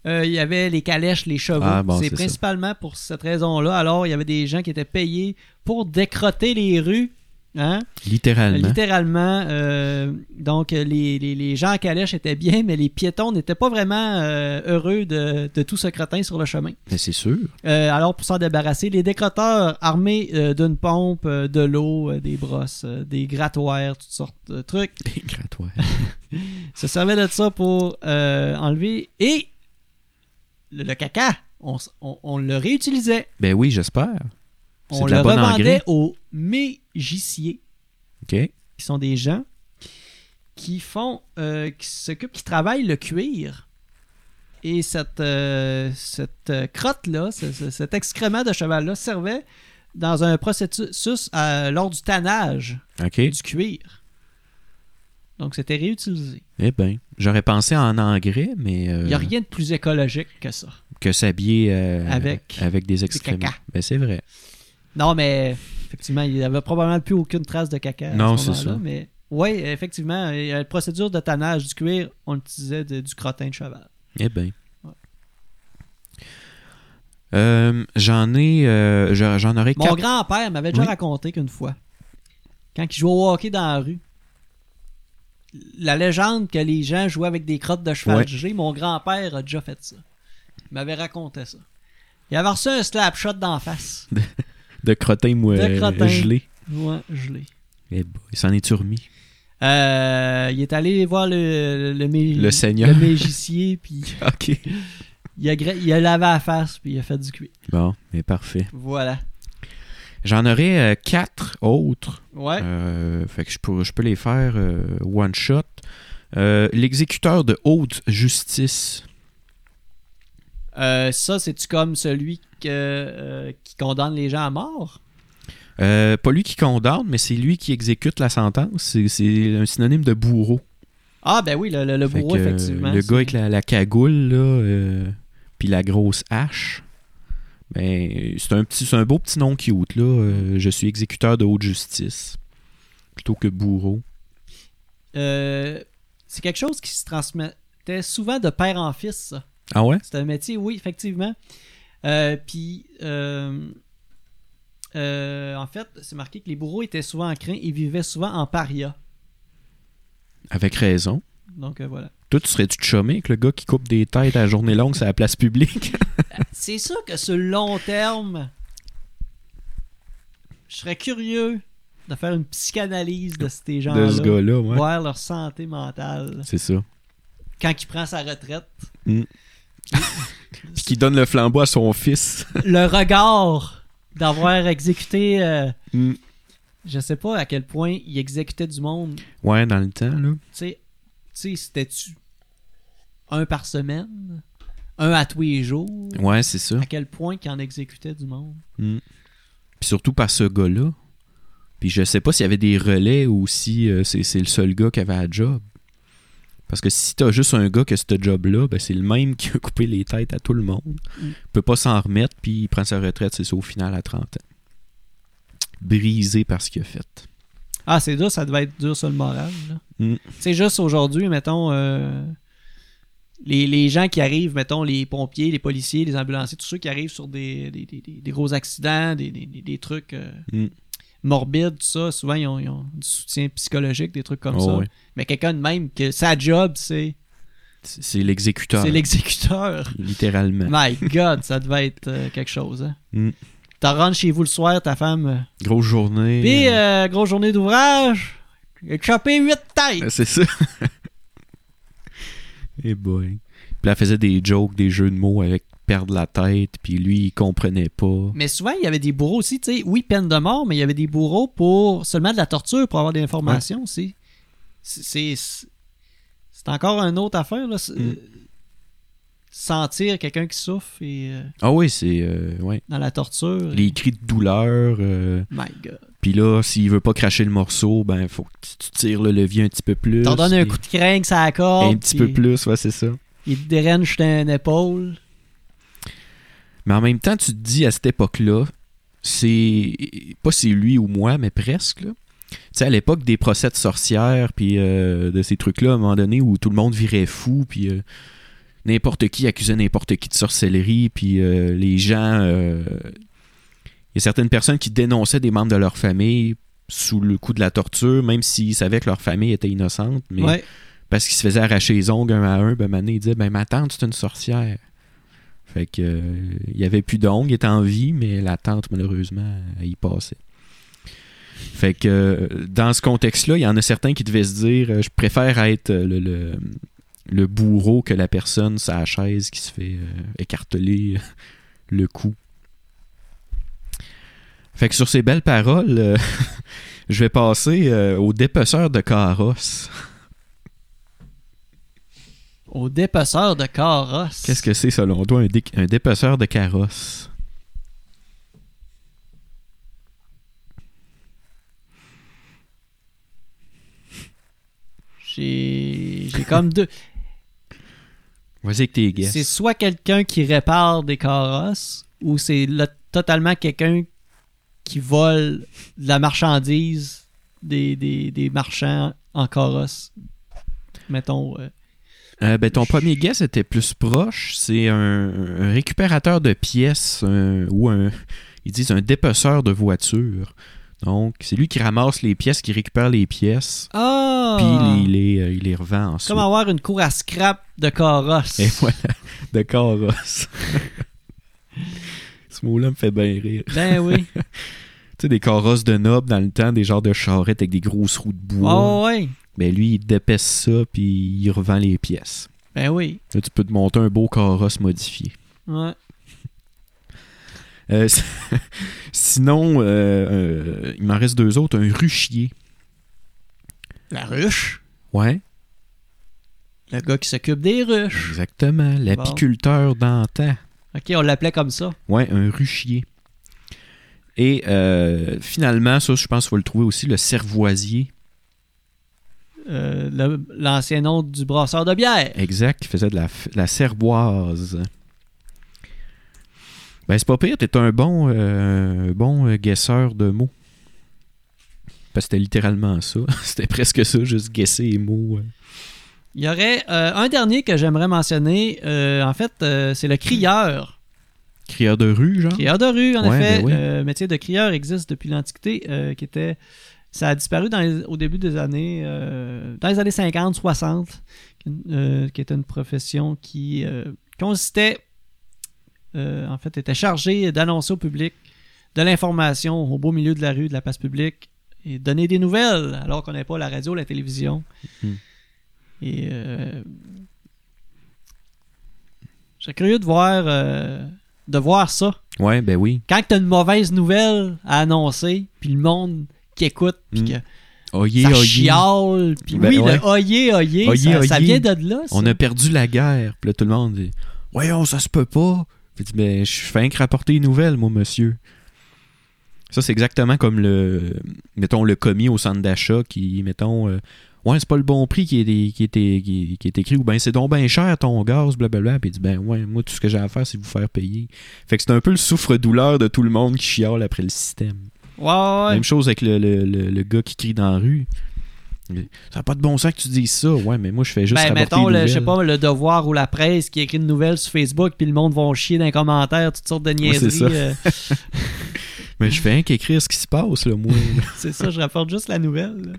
A: euh, il y avait les calèches, les chevaux.
B: Ah, bon,
A: c'est
B: c'est ça.
A: principalement pour cette raison-là. Alors, il y avait des gens qui étaient payés pour décrotter les rues. Hein?
B: Littéralement.
A: Littéralement. euh, donc, les, les- les gens en calèche étaient bien, mais les piétons n'étaient pas vraiment euh, heureux de, de tout ce crottin sur le chemin.
B: Mais c'est sûr.
A: Euh, alors, pour s'en débarrasser, les décrotteurs armés euh, d'une pompe, euh, de l'eau, euh, des brosses, euh, des grattoirs, toutes sortes de trucs,
B: Des grattoirs.
A: se servaient de ça pour euh, enlever. Et le, le caca, on, s- on- on le réutilisait.
B: Ben oui, j'espère. C'est
A: On
B: de
A: le
B: la bonne
A: revendait
B: engrais.
A: aux mégiciers,
B: OK.
A: qui sont des gens qui font, euh, qui s'occupent, qui travaillent le cuir. Et cette, euh, cette euh, crotte-là, ce- ce- cet excrément de cheval-là servait dans un processus euh, lors du tannage
B: OK.
A: du cuir. Donc c'était réutilisé.
B: Eh bien, j'aurais pensé en engrais, mais euh,
A: Il n'y a rien de plus écologique que ça.
B: que s'habiller euh,
A: Avec
B: des excréments.
A: caca.
B: Ben, c'est vrai.
A: Non, mais effectivement, il n'y avait probablement plus aucune trace de caca. à
B: Non,
A: ce
B: c'est
A: moment-là,
B: ça.
A: Mais oui, effectivement, euh, la procédure de tannage du cuir, on utilisait de- du crottin de cheval.
B: Eh bien.
A: Ouais.
B: Euh, j'en ai, euh, j'a- j'en aurais
A: Mon
B: quatre.
A: grand-père m'avait déjà
B: Oui.
A: raconté qu'une fois, quand il jouait au hockey dans la rue, la légende que les gens jouaient avec des crottes de cheval
B: Ouais.
A: jugé, mon grand-père a déjà fait ça. Il m'avait raconté ça. Il avait reçu un slap shot d'en face.
B: de crottin moi,
A: De
B: euh,
A: crottin.
B: gelé.
A: Moi, je l'ai.
B: Eh ben, il s'en est remis.
A: Euh, il est allé voir le, le, le, mé-
B: Le Seigneur.
A: le mégicier, puis
B: OK.
A: il a, gra- il a lavé la face, puis il a fait du cuit.
B: Bon, mais parfait.
A: Voilà.
B: J'en aurais euh, quatre autres.
A: Ouais.
B: Euh, fait que je peux, je peux les faire euh, one shot. Euh, L'exécuteur de haute justice.
A: Euh, ça, c'est-tu comme celui que, euh, qui condamne les gens à mort?
B: Euh, pas lui qui condamne, mais c'est lui qui exécute la sentence. C'est- C'est un synonyme de bourreau.
A: Ah, ben oui, le, le- le
B: Fait
A: bourreau,
B: que, euh,
A: effectivement.
B: Le
A: c'est-
B: gars avec la, la cagoule, là, euh, puis la grosse hache. Ben, c'est un, petit, c'est un beau petit nom cute, là. euh, je suis exécuteur de haute justice. Plutôt que bourreau.
A: Euh, c'est quelque chose qui se transmettait souvent de père en fils, ça.
B: Ah ouais?
A: C'est un métier, oui, effectivement. Euh, Puis, euh, euh, en fait, c'est marqué que les bourreaux étaient souvent en crin et vivaient souvent en paria.
B: Avec raison.
A: Donc, euh, voilà.
B: Toi, tu serais-tu chômé avec le gars qui coupe des têtes à la journée longue sur la place publique?
A: C'est sûr que sur le long terme, je serais curieux de faire une psychanalyse de ces gens-là.
B: de ce gars-là, ouais.
A: Voir leur santé mentale.
B: C'est ça.
A: Quand il prend sa retraite,
B: Puis qui donne le flambeau à son fils.
A: le regard d'avoir exécuté, euh,
B: Mm.
A: je sais pas à quel point il exécutait du monde.
B: Ouais, dans le temps, là.
A: Tu sais, tu sais, c'était-tu un par semaine, un à tous les jours,
B: Ouais, c'est ça.
A: à quel point qu'il en exécutait du monde.
B: Puis surtout par ce gars-là. Puis je sais pas s'il y avait des relais ou si euh, c'est, c'est le seul gars qui avait un job. Parce que si t'as juste un gars qui a ce job-là, ben c'est le même qui a coupé les têtes à tout le monde.
A: Mm.
B: Il peut pas s'en remettre, puis il prend sa retraite, c'est ça, au final, à 30 ans. Brisé par ce qu'il a fait.
A: Ah, c'est dur, ça devait être dur sur le moral. là.
B: Mm.
A: C'est juste aujourd'hui, mettons, euh, les, les gens qui arrivent, mettons, les pompiers, les policiers, les ambulanciers, tous ceux qui arrivent sur des, des, des- des- des gros accidents, des, des- des- des trucs euh,
B: Mm.
A: morbides, tout ça, souvent ils ont, ils ont du soutien psychologique, des trucs comme
B: Oh,
A: ça.
B: ouais.
A: Mais quelqu'un de même, que sa job, c'est
B: C'est, c'est l'exécuteur,
A: c'est l'exécuteur.
B: littéralement.
A: My God, ça devait être euh, quelque chose. Hein?
B: Ben. Mm.
A: T'en rentres chez vous le soir, ta femme. euh,
B: Grosse journée.
A: Puis,
B: euh,
A: euh, grosse journée d'ouvrage. J'ai chopé huit têtes.
B: Euh, C'est ça. Et boy. Puis elle faisait des jokes, des jeux de mots avec perdre la tête, puis lui, il comprenait pas.
A: Mais souvent, il y avait des bourreaux aussi, tu sais. Oui, peine de mort, mais il y avait des bourreaux pour seulement de la torture, pour avoir des informations aussi. C'est- C'est c'est- c'est encore une autre affaire, là. c'est- euh,
B: Mm.
A: Sentir quelqu'un qui souffre et, euh,
B: Ah oui, c'est. euh, ouais.
A: dans la torture.
B: Les cris de douleur. euh,
A: My God.
B: puis là, s'il veut pas cracher le morceau, ben, faut que tu- tu tires le levier un petit peu plus.
A: T'en donnes un
B: puis-
A: coup de crainte, ça accorde.
B: Un petit peu plus, ouais, c'est ça.
A: Il te dérange d'une épaule.
B: Mais en même temps, tu te dis à cette époque-là, c'est. Pas c'est lui ou moi, mais presque, là. Tu sais, à l'époque des procès de sorcières, puis euh, de ces trucs-là, à un moment donné, où tout le monde virait fou, puis euh, n'importe qui accusait n'importe qui de sorcellerie, puis euh, les gens. euh, Il y a certaines personnes qui dénonçaient des membres de leur famille sous le coup de la torture, même s'ils savaient que leur famille était innocente, mais
A: Ouais.
B: parce qu'ils se faisaient arracher les ongles un à un, ben maintenant il disait ben ma tante c'est une sorcière. Fait que euh, il y avait plus d'ongles, il était en vie, mais la tante malheureusement elle y passait. Fait que euh, dans ce contexte-là, il y en a certains qui devaient se dire euh, je préfère être euh, le, le, le bourreau que la personne sa chaise qui se fait euh, écarteler le cou. Fait que sur ces belles paroles, euh, je vais passer euh, au dépeceur de carrosse.
A: Au dépeceur de carrosse.
B: Qu'est-ce que c'est selon toi un, dé- un dépeceur de carrosse
A: J'ai j'ai comme deux.
B: Vas-y avec tes
A: C'est
B: guesses.
A: soit quelqu'un qui répare des carrosses ou c'est le- totalement quelqu'un qui vole de la marchandise des, des, des marchands en carrosse. Mettons. euh,
B: Euh, ben, ton premier guess était plus proche. C'est un, un récupérateur de pièces un- ou un. Ils disent un dépeceur de voiture. Donc, c'est lui qui ramasse les pièces, qui récupère les pièces,
A: Ah!
B: puis il, les- euh, il les revend ensuite.
A: Comme avoir une cour à scrap de carrosse.
B: Et voilà, de carrosse. Ce mot-là me fait bien rire.
A: Ben oui.
B: Tu sais, des carrosses de nobles dans le temps, des genres de charrettes avec des grosses roues de bois.
A: Oh ouais.
B: Ben lui, il dépèce ça, puis il revend les pièces.
A: Ben oui.
B: Là, tu peux te monter un beau carrosse modifié.
A: Ouais.
B: Euh, s- sinon, euh, euh, il m'en reste deux autres. Un ruchier.
A: La ruche.
B: Ouais,
A: Le gars qui s'occupe des ruches.
B: exactement. L'apiculteur d'antan.
A: OK, on l'appelait comme ça.
B: Ouais, un ruchier. Et euh, finalement, ça, je pense qu'il faut le trouver aussi, le cervoisier.
A: Euh, le- L'ancien nom du brasseur de bière.
B: Exact, qui faisait de la, f- de la cervoise. Ben, c'est pas pire, t'es un bon, euh, un bon euh, guesseur de mots. Parce que c'était littéralement ça. c'était presque ça, juste guesser les mots. euh.
A: Il y aurait euh, un dernier que j'aimerais mentionner. Euh, en fait, euh, c'est le crieur.
B: Crieur de rue, genre.
A: Crieur de rue, en
B: Ouais,
A: effet.
B: ben oui.
A: Euh, Le métier de crieur existe depuis l'Antiquité, euh, qui était. Ça a disparu dans les- au début des années. euh, dans les années 50, 60, euh, qui était une profession qui euh, consistait. euh, en fait, était chargée d'annoncer au public de l'information au beau milieu de la rue, de la place publique, et donner des nouvelles, alors qu'on n'avait pas la radio, la télévision.
B: Mhm.
A: Et. euh, je serais curieux de voir, euh, de voir ça
B: Ouais, ben oui.
A: quand t'as une mauvaise nouvelle à annoncer, puis le monde qui écoute, puis
B: Mm.
A: que
B: Oyez,
A: ça
B: oyez.
A: chiale, puis
B: Ben
A: oui,
B: ouais.
A: le oyé, oyé,
B: Oyez,
A: ça, ça
B: oyez.
A: vient de là. ça.
B: On a perdu la guerre. Puis là, tout le monde dit Voyons, ça se peut pas. Puis tu dis Ben, je fais rien que rapporter une nouvelle, moi, monsieur. Ça, c'est exactement comme le. Mettons, le commis au centre d'achat qui, mettons. euh, ouais, c'est pas le bon prix qui est, qui est, qui est- qui est écrit. Ou ben, c'est donc bien cher ton gaz, blablabla. Puis il dit Ben, ouais, moi, tout ce que j'ai à faire, c'est vous faire payer. Fait que c'est un peu le souffre-douleur de tout le monde qui chiale après le système.
A: Ouais, ouais, ouais.
B: Même chose avec le, le- le- le gars qui crie dans la rue. Il- Ça n'a pas de bon sens que tu dises ça. Ouais, mais moi, je fais juste
A: Ben,
B: rapporter
A: mettons,
B: une
A: le, je sais
B: nouvelle.
A: pas, le Devoir ou la presse qui écrit une nouvelle sur Facebook, puis le monde va chier dans les commentaires, toutes sortes de niaiseries.
B: c'est ça.
A: euh,
B: Mais je fais rien qu'écrire ce qui se passe, là, moi.
A: c'est ça, je rapporte juste la nouvelle. là.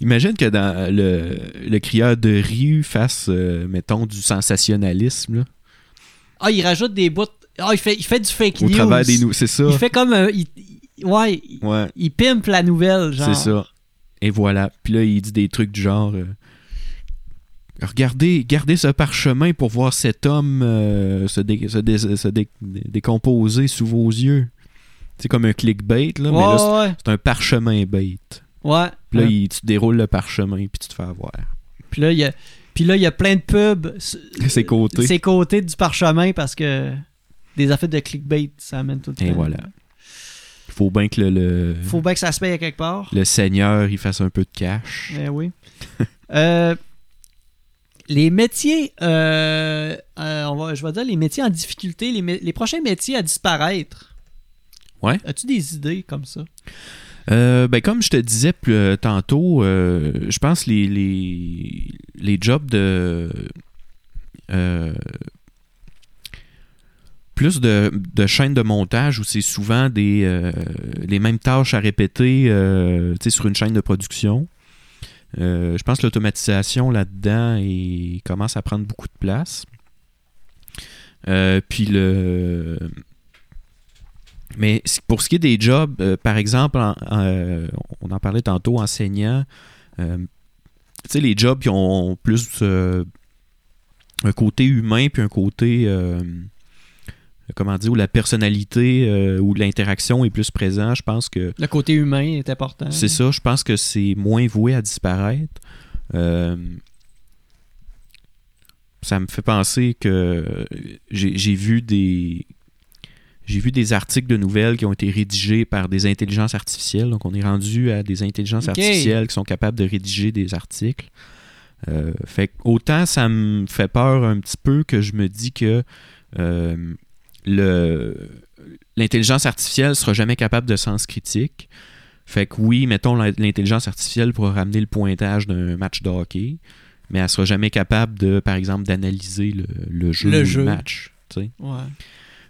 B: Imagine que dans le, le crieur de rue fasse, euh, mettons, du sensationnalisme, là,
A: Ah, il rajoute des bouts. Ah, il fait, il fait du fake
B: au
A: news.
B: travers des nous. C'est ça.
A: Il fait comme. un- il- il- ouais, il,
B: Ouais,
A: il pimpe la nouvelle, genre.
B: c'est ça. Et voilà. Puis là, il dit des trucs du genre. euh, Regardez, regardez ce parchemin pour voir cet homme euh, se, dé- se dé- se dé- décomposer sous vos yeux. C'est comme un clickbait, là, mais là, c'est-
A: ouais,
B: c'est un parchemin bait.
A: ouais. Oh! ouais.
B: Puis là, il- tu déroules le parchemin, puis tu te fais avoir.
A: Puis là, il y a, puis là, il y a plein de pubs. s-
B: C'est côté.
A: Euh, C'est côté du parchemin parce que des affaires de clickbait, ça amène tout le temps.
B: Et voilà. Faut bien que le, le,
A: Faut bien que ça se paye à quelque part.
B: le seigneur il fasse un peu de cash.
A: Eh oui. Euh, les métiers, euh, euh, on va, je vais dire les métiers en difficulté, les, mé- les prochains métiers à disparaître.
B: Ouais.
A: As-tu des idées comme ça?
B: Euh, ben, comme je te disais plus, euh, tantôt, euh, je pense les, les, les jobs de. euh, plus de, de chaînes de montage où c'est souvent des, euh, les mêmes tâches à répéter euh, tu sais, sur une chaîne de production. Euh, je pense que l'automatisation là-dedans est- commence à prendre beaucoup de place. Euh, puis le. Mais c- pour ce qui est des jobs, euh, par exemple, en- en, euh, on en parlait tantôt, enseignant, euh, tu sais, les jobs qui ont plus euh, un côté humain, puis un côté, euh, comment dire, où la personnalité, euh, où l'interaction est plus présente, je pense que
A: Le côté humain est important.
B: c'est ça, je pense que c'est moins voué à disparaître. Euh, ça me fait penser que j'ai j'ai vu des. J'ai vu des articles de nouvelles qui ont été rédigés par des intelligences artificielles. Donc, on est rendu à des intelligences
A: Ok.
B: artificielles qui sont capables de rédiger des articles. Euh, fait que autant ça me fait peur un petit peu que je me dis que euh, le l'intelligence artificielle sera jamais capable de sens critique. Fait que oui, mettons, l'in- l'intelligence artificielle pourra ramener le pointage d'un match de hockey, mais elle sera jamais capable de, par exemple, d'analyser le, le jeu
A: Le
B: ou
A: jeu.
B: match. tu sais.
A: Ouais.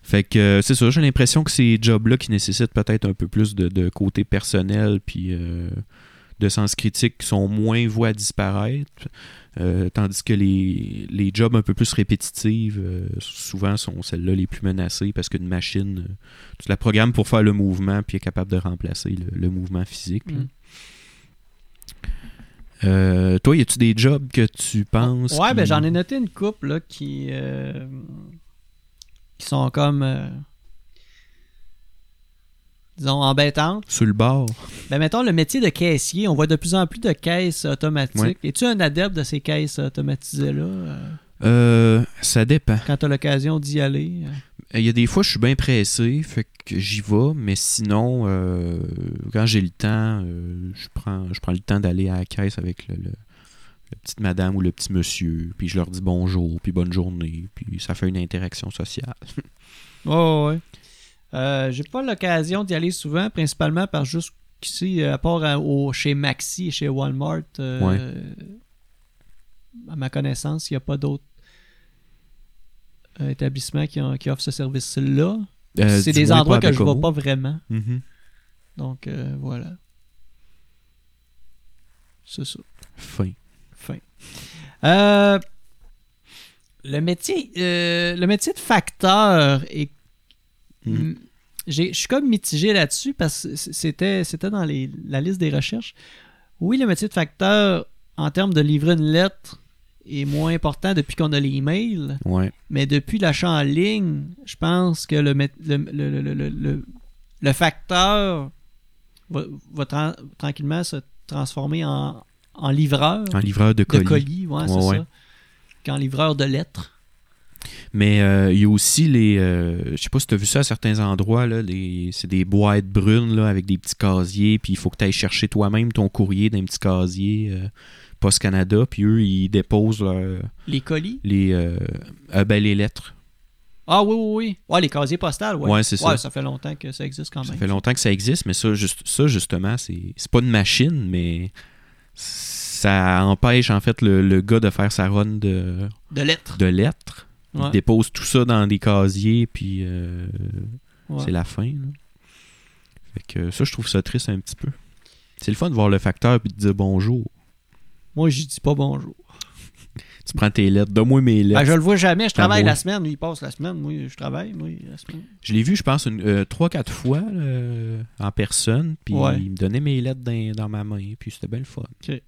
B: Fait que euh, c'est ça, j'ai l'impression que ces jobs-là qui nécessitent peut-être un peu plus de, de côté personnel puis euh, de sens critique qui sont moins voués à disparaître, euh, tandis que les, les jobs un peu plus répétitifs, euh, souvent sont celles-là les plus menacées parce qu'une machine, euh, tu la programmes pour faire le mouvement puis est capable de remplacer le, le mouvement physique. là.
A: Mm.
B: Euh, toi, y a-tu des jobs que tu penses
A: Ouais,
B: qui-
A: ben j'en ai noté une couple là, qui, euh, qui sont comme. euh, disons, embêtantes.
B: sur le bord
A: Ben mettons le métier de caissier, on voit de plus en plus de caisses automatiques. Es-tu un adepte de ces caisses automatisées-là? Euh,
B: Euh, ça dépend.
A: quand tu as l'occasion d'y aller? euh?
B: Il y a des fois, je suis bien pressé, fait que j'y vais, mais sinon, euh, quand j'ai le temps, euh, je, prends, je prends le temps d'aller à la caisse avec le, le- la petite madame ou le petit monsieur, puis je leur dis bonjour, puis bonne journée, puis ça fait une interaction sociale.
A: Ouais, ouais. Euh, j'ai pas l'occasion d'y aller souvent, principalement par jusqu'ici, euh, à part à- au, chez Maxi et chez Walmart. euh,
B: Ouais.
A: À ma connaissance, il n'y a pas d'autres euh, établissements qui, ont- qui offrent ce service-là.
B: Euh,
A: C'est
B: du
A: des
B: moins,
A: endroits
B: pas à
A: que je vois
B: Bécomo.
A: pas vraiment.
B: Mhm.
A: Donc, euh, voilà. C'est ça.
B: Fin.
A: Fin. Euh, le métier, euh, le métier de facteur est
B: Mhm.
A: Mm. J'ai- Je suis comme mitigé là-dessus parce que c- c'était, c'était dans les- la liste des recherches. Oui, le métier de facteur, en termes de livrer une lettre, est moins important depuis qu'on a l'email,
B: Ouais.
A: mais depuis l'achat en ligne, je pense que le, mét- le, le- le- le- le- le facteur va, va tran- tranquillement se transformer en, en livreur
B: En livreur de
A: de
B: colis.
A: colis, ouais, c'est
B: Ouais, ouais.
A: ça, qu'en livreur de lettres.
B: Mais euh, il y a aussi les. euh, je sais pas si tu as vu ça à certains endroits, là, les- c'est des boîtes brunes là, avec des petits casiers, puis il faut que tu ailles chercher toi-même ton courrier d'un petit casier euh, Post Canada, puis eux, ils déposent leur-
A: Les colis?
B: les, euh, euh, ben, les lettres.
A: Ah oui, oui, oui. Ouais, les casiers postales, ouais.
B: Ouais, c'est ça.
A: Ouais, ça fait longtemps que ça existe quand
B: Ça
A: même.
B: fait longtemps que ça existe, mais ça, juste, ça justement, c'est c'est pas une machine, mais ça empêche en fait le, le gars de faire sa run de,
A: De lettres.
B: de lettres. Il
A: Ouais,
B: dépose tout ça dans des casiers, puis euh,
A: ouais.
B: C'est la fin. là. Fait que ça, je trouve ça triste un petit peu. C'est le fun de voir le facteur puis de dire bonjour.
A: Moi, je dis pas bonjour.
B: Tu prends tes lettres, donne-moi mes lettres.
A: Ben, je le vois jamais. Je
B: Ah,
A: travaille
B: moi.
A: la semaine. Lui, il passe la semaine. Moi, je travaille. Moi, la semaine.
B: Je l'ai vu, je pense, une, euh, trois, quatre fois euh, en personne. Puis
A: Ouais.
B: il me donnait mes lettres dans, dans ma main. Puis c'était belle fun.
A: Ok.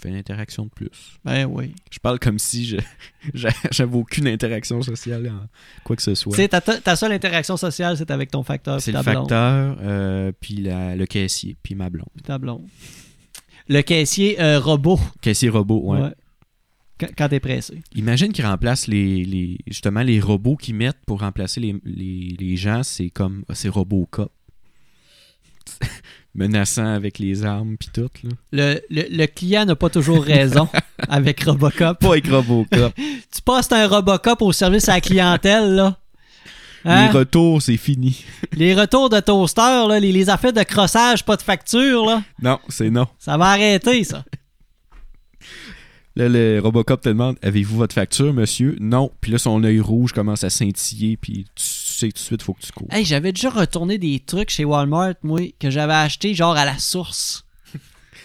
B: Fait une interaction de plus.
A: Ben oui.
B: Je parle comme si je- j'a- j'avais aucune interaction sociale en quoi que ce soit.
A: Tu sais, ta, ta- ta seule interaction sociale, c'est avec ton facteur
B: C'est
A: puis
B: le
A: ta blonde.
B: facteur, euh, puis la- le caissier, puis ma blonde.
A: puis ta blonde. Le caissier euh, robot.
B: Caissier robot, ouais.
A: Ouais. Quand, quand t'es pressé.
B: Imagine qu'ils remplacent les, les- justement les robots qu'ils mettent pour remplacer les, les- les gens, c'est comme ah, c'est Robocop. Menaçant avec les armes puis tout là.
A: Le, le- le client n'a pas toujours raison avec Robocop.
B: Pas avec Robocop.
A: Tu passes un Robocop au service à la clientèle, là. Hein?
B: Les retours, c'est fini.
A: Les retours de toaster, là, les, les affaires de crossage, pas de facture, là.
B: Non, c'est non.
A: Ça va arrêter, ça.
B: Là, le Robocop te demande Avez-vous votre facture, monsieur? Non. Puis là, son œil rouge commence à scintiller, puis tu sais tout de suite, faut que tu cours.
A: Hey, j'avais déjà retourné des trucs chez Walmart, moi, que j'avais acheté genre à la source.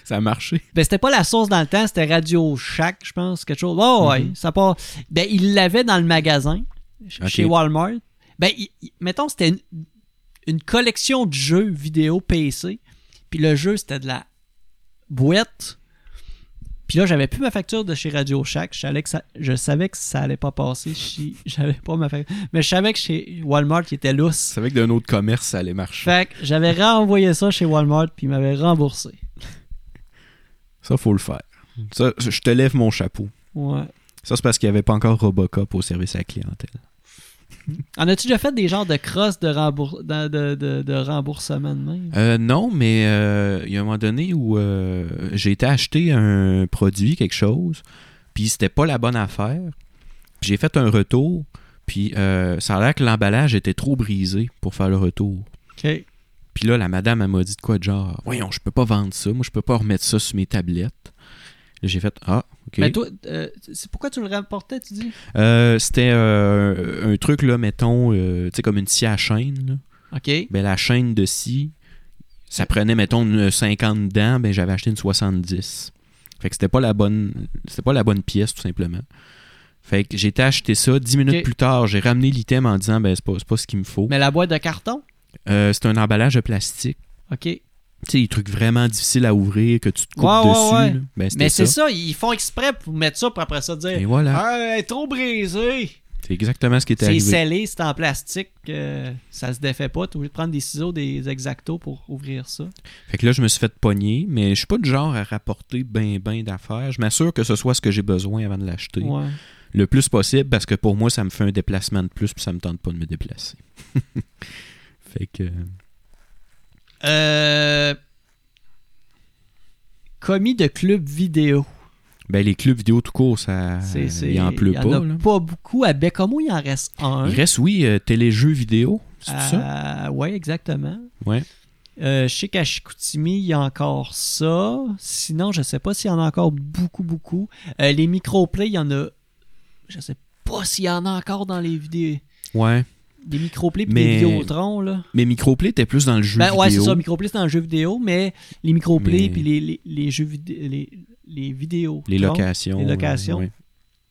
B: Ça a marché.
A: Ben, c'était pas la source dans le temps, c'était Radio Shack, je pense, quelque chose. Oh, ouais,
B: Mhm.
A: ça part. Ben, il l'avait dans le magasin, ch-
B: Ok.
A: chez Walmart. Ben, il- il- mettons, c'était une, une collection de jeux vidéo PC. Puis le jeu, c'était de la boîte. Puis là, j'avais plus ma facture de chez Radio Shack. Je savais que ça, je savais que ça allait pas passer. si J'avais pas ma facture. Mais je savais que chez Walmart, il était lousse.
B: C'est vrai que d'un autre commerce, ça allait marcher.
A: Fait que j'avais renvoyé ça chez Walmart, puis ils m'avaient remboursé.
B: Ça, faut le faire. Ça, je te lève mon chapeau.
A: Ouais.
B: Ça, c'est parce qu'il n'y avait pas encore Robocop au service à la clientèle.
A: En as-tu déjà fait des genres de crosses de, rembour- dans- de, de- de remboursement de même?
B: Euh, non, mais euh, il y a un moment donné où euh, j'ai été acheter un produit, quelque chose, puis c'était pas la bonne affaire. Puis J'ai fait un retour, puis euh, ça a l'air que l'emballage était trop brisé pour faire le retour.
A: OK.
B: Puis là, la madame, elle m'a dit de quoi, de genre, voyons, je peux pas vendre ça, moi, je peux pas remettre ça sur mes tablettes. Là, J'ai fait, ah, ok.
A: Mais toi, euh, c'est pourquoi tu le rapportais, tu dis?
B: Euh, c'était euh, un truc, là, mettons, euh, tu sais, comme une scie à chaîne, là.
A: OK.
B: ben, la chaîne de scie, ça prenait, mettons, une 50 dedans, ben, j'avais acheté une 70. Fait que c'était pas la bonne. C'était pas la bonne pièce, tout simplement. Fait que j'ai été acheter ça. 10 minutes
A: Ok.
B: plus tard, j'ai ramené l'item en disant ben c'est pas, c'est pas ce qu'il me faut.
A: Mais la boîte de carton?
B: Euh, c'est un emballage de plastique.
A: OK.
B: Tu sais, les trucs vraiment difficiles à ouvrir que tu te coupes
A: Ouais, ouais,
B: dessus.
A: ouais.
B: là. Ben, c'était
A: Mais c'est
B: ça.
A: ça. ils font exprès pour mettre ça pour après ça
B: Et
A: dire
B: voilà.
A: Ah, elle est trop brisée!
B: C'est exactement ce qui était
A: C'est
B: arrivé.
A: scellé, c'est en plastique, euh, ça se défait pas. T'es obligé de prendre des ciseaux, des exactos pour ouvrir ça.
B: Fait que là, je me suis fait pogner, mais je suis pas du genre à rapporter ben ben d'affaires. Je m'assure que ce soit ce que j'ai besoin avant de l'acheter.
A: Ouais.
B: le plus possible parce que pour moi, ça me fait un déplacement de plus puis ça me tente pas de me déplacer. fait que.
A: Euh, Commis de club vidéo.
B: Ben, les clubs vidéo tout court, ça.
A: C'est- c'est-
B: Ah, il en pleut
A: y
B: pas.
A: a
B: là.
A: pas beaucoup. À Bécamo, il en reste un.
B: Il reste, oui, euh, téléjeux vidéo, c'est
A: Euh,
B: tout ça?
A: oui, exactement.
B: Ouais.
A: Euh, je sais qu'à Chicoutimi, il y a encore ça. Sinon, je sais pas s'il y en a encore beaucoup, beaucoup. Euh, les microplays, il y en a. Je sais pas s'il y en a encore dans les vidéos.
B: Ouais.
A: Des microplays pis
B: Mais-
A: des vidéotrons, là.
B: Mais Microplay était plus dans le jeu
A: Ben
B: vidéo.
A: ouais, c'est ça, microplay, c'est dans le jeu vidéo, mais les microplays
B: Mais-
A: puis les, les, les jeux vidéo. Les, les vidéos.
B: Les locations.
A: Les
B: là,
A: locations.
B: ouais.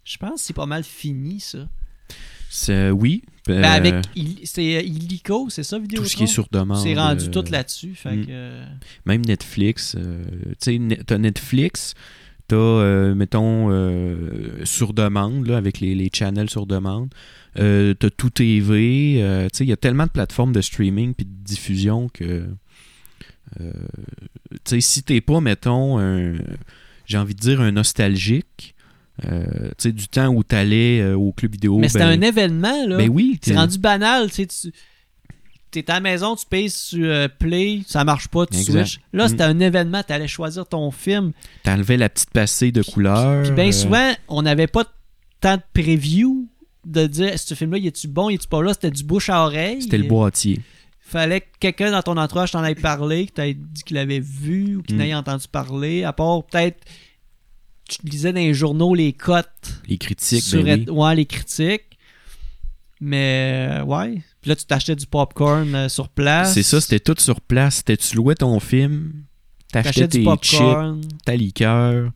A: Je pense que c'est pas mal fini,
B: Euh,
A: ça.
B: C'est- oui. euh,
A: Ben avec. il- C'est euh, Illico, c'est ça, vidéo
B: tout ce qui est sur demande.
A: C'est rendu
B: euh,
A: tout là-dessus. Fait
B: mm.
A: que. euh,
B: Même Netflix. euh, tu sais, ne- t'as Netflix, t'as, euh, mettons, euh, sur demande, là, avec les, les channels sur demande. Euh, t'as tout TV. euh, tu sais, il y a tellement de plateformes de streaming puis de diffusion que. euh, tu sais, si t'es pas, mettons, un- j'ai envie de dire un nostalgique, euh, tu sais, du temps où t'allais euh, au club vidéo.
A: Mais c'était
B: ben,
A: un événement, là.
B: Ben oui,
A: C'est
B: t'es-
A: rendu banal, tu sais, tu t'es à la maison, tu payes sur euh, Play, ça marche pas, tu
B: Exact. Mm.
A: switches. Là, c'était un événement, t'allais choisir ton film.
B: T'enlevais la petite passée de couleur.
A: Puis bien
B: euh,
A: ben souvent, on n'avait pas tant de preview de dire ce film-là, il est-tu bon, il est-tu pas là, c'était du bouche à oreille.
B: C'était le boîtier.
A: Fallait que quelqu'un dans ton entourage t'en aille parler, que t'aies dit qu'il l'avait vu ou qu'il
B: Mm.
A: n'ait entendu parler, à part peut-être tu lisais dans les journaux les cotes
B: Les critiques,
A: sur
B: ben oui.
A: et- ouais, les critiques. Mais euh, ouais. Puis là, tu t'achetais du popcorn euh, sur place.
B: C'est ça, c'était tout sur place. C'était tu louais ton film, t'achetais
A: T'achetais
B: tes
A: du
B: chips,
A: popcorn.
B: ta liqueur,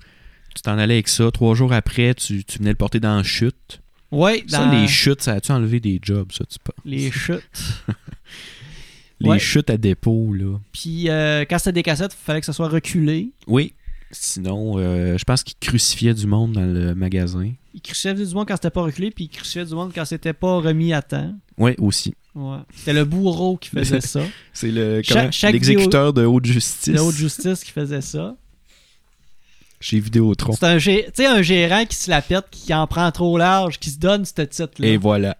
B: tu t'en allais avec ça. Trois jours après, tu, tu venais le porter dans la chute.
A: Ouais,
B: Ça,
A: dans
B: les chutes, ça a-tu enlevé des jobs, ça, tu pas?
A: les chutes.
B: Les
A: Ouais.
B: chutes à dépôt, là.
A: Puis euh, quand c'était des cassettes, il fallait que ça soit reculé.
B: Oui. Sinon, euh, je pense qu'ils crucifiaient du monde dans le magasin.
A: Il crucifiait du monde quand c'était pas reculé, puis il crucifiait du monde quand c'était pas remis à temps.
B: Oui, aussi.
A: Ouais. C'était le bourreau qui faisait ça.
B: C'est le
A: Cha-
B: comment-
A: chaque
B: l'exécuteur de haute justice
A: C'était haute justice qui faisait ça.
B: chez Vidéotron.
A: C'est un, gé- tu sais, un gérant qui se la pète, qui en prend trop large, qui se donne ce titre-là.
B: Et voilà.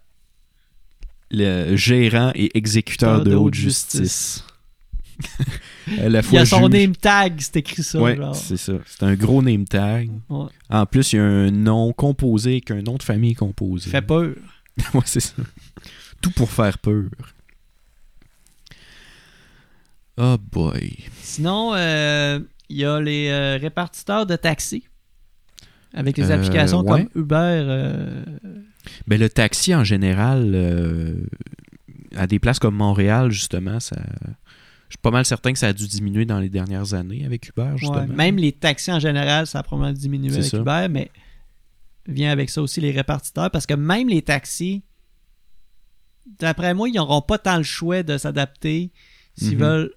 B: Le gérant et exécuteur de, haute justice. À la
A: Il y
B: fois
A: a son
B: juge.
A: name tag, c'est écrit ça.
B: Ouais,
A: genre.
B: c'est ça. C'est un gros name tag.
A: Ouais.
B: En plus, il y a un nom composé avec un nom de famille composé.
A: Fait peur.
B: Ouais, c'est ça. Tout pour faire peur. Oh boy.
A: Sinon, euh, il y a les euh, répartiteurs de taxis avec les
B: Euh,
A: applications
B: ouais.
A: comme Uber. euh,
B: Ben, le taxi, en général, euh, à des places comme Montréal, justement, ça... Je suis pas mal certain que ça a dû diminuer dans les dernières années avec Uber, justement.
A: ouais. Même les taxis en général, ça a probablement diminué
B: C'est
A: avec
B: ça.
A: Uber, mais vient avec ça aussi les répartiteurs parce que même les taxis, d'après moi, ils n'auront pas tant le choix de s'adapter s'ils
B: Mhm.
A: veulent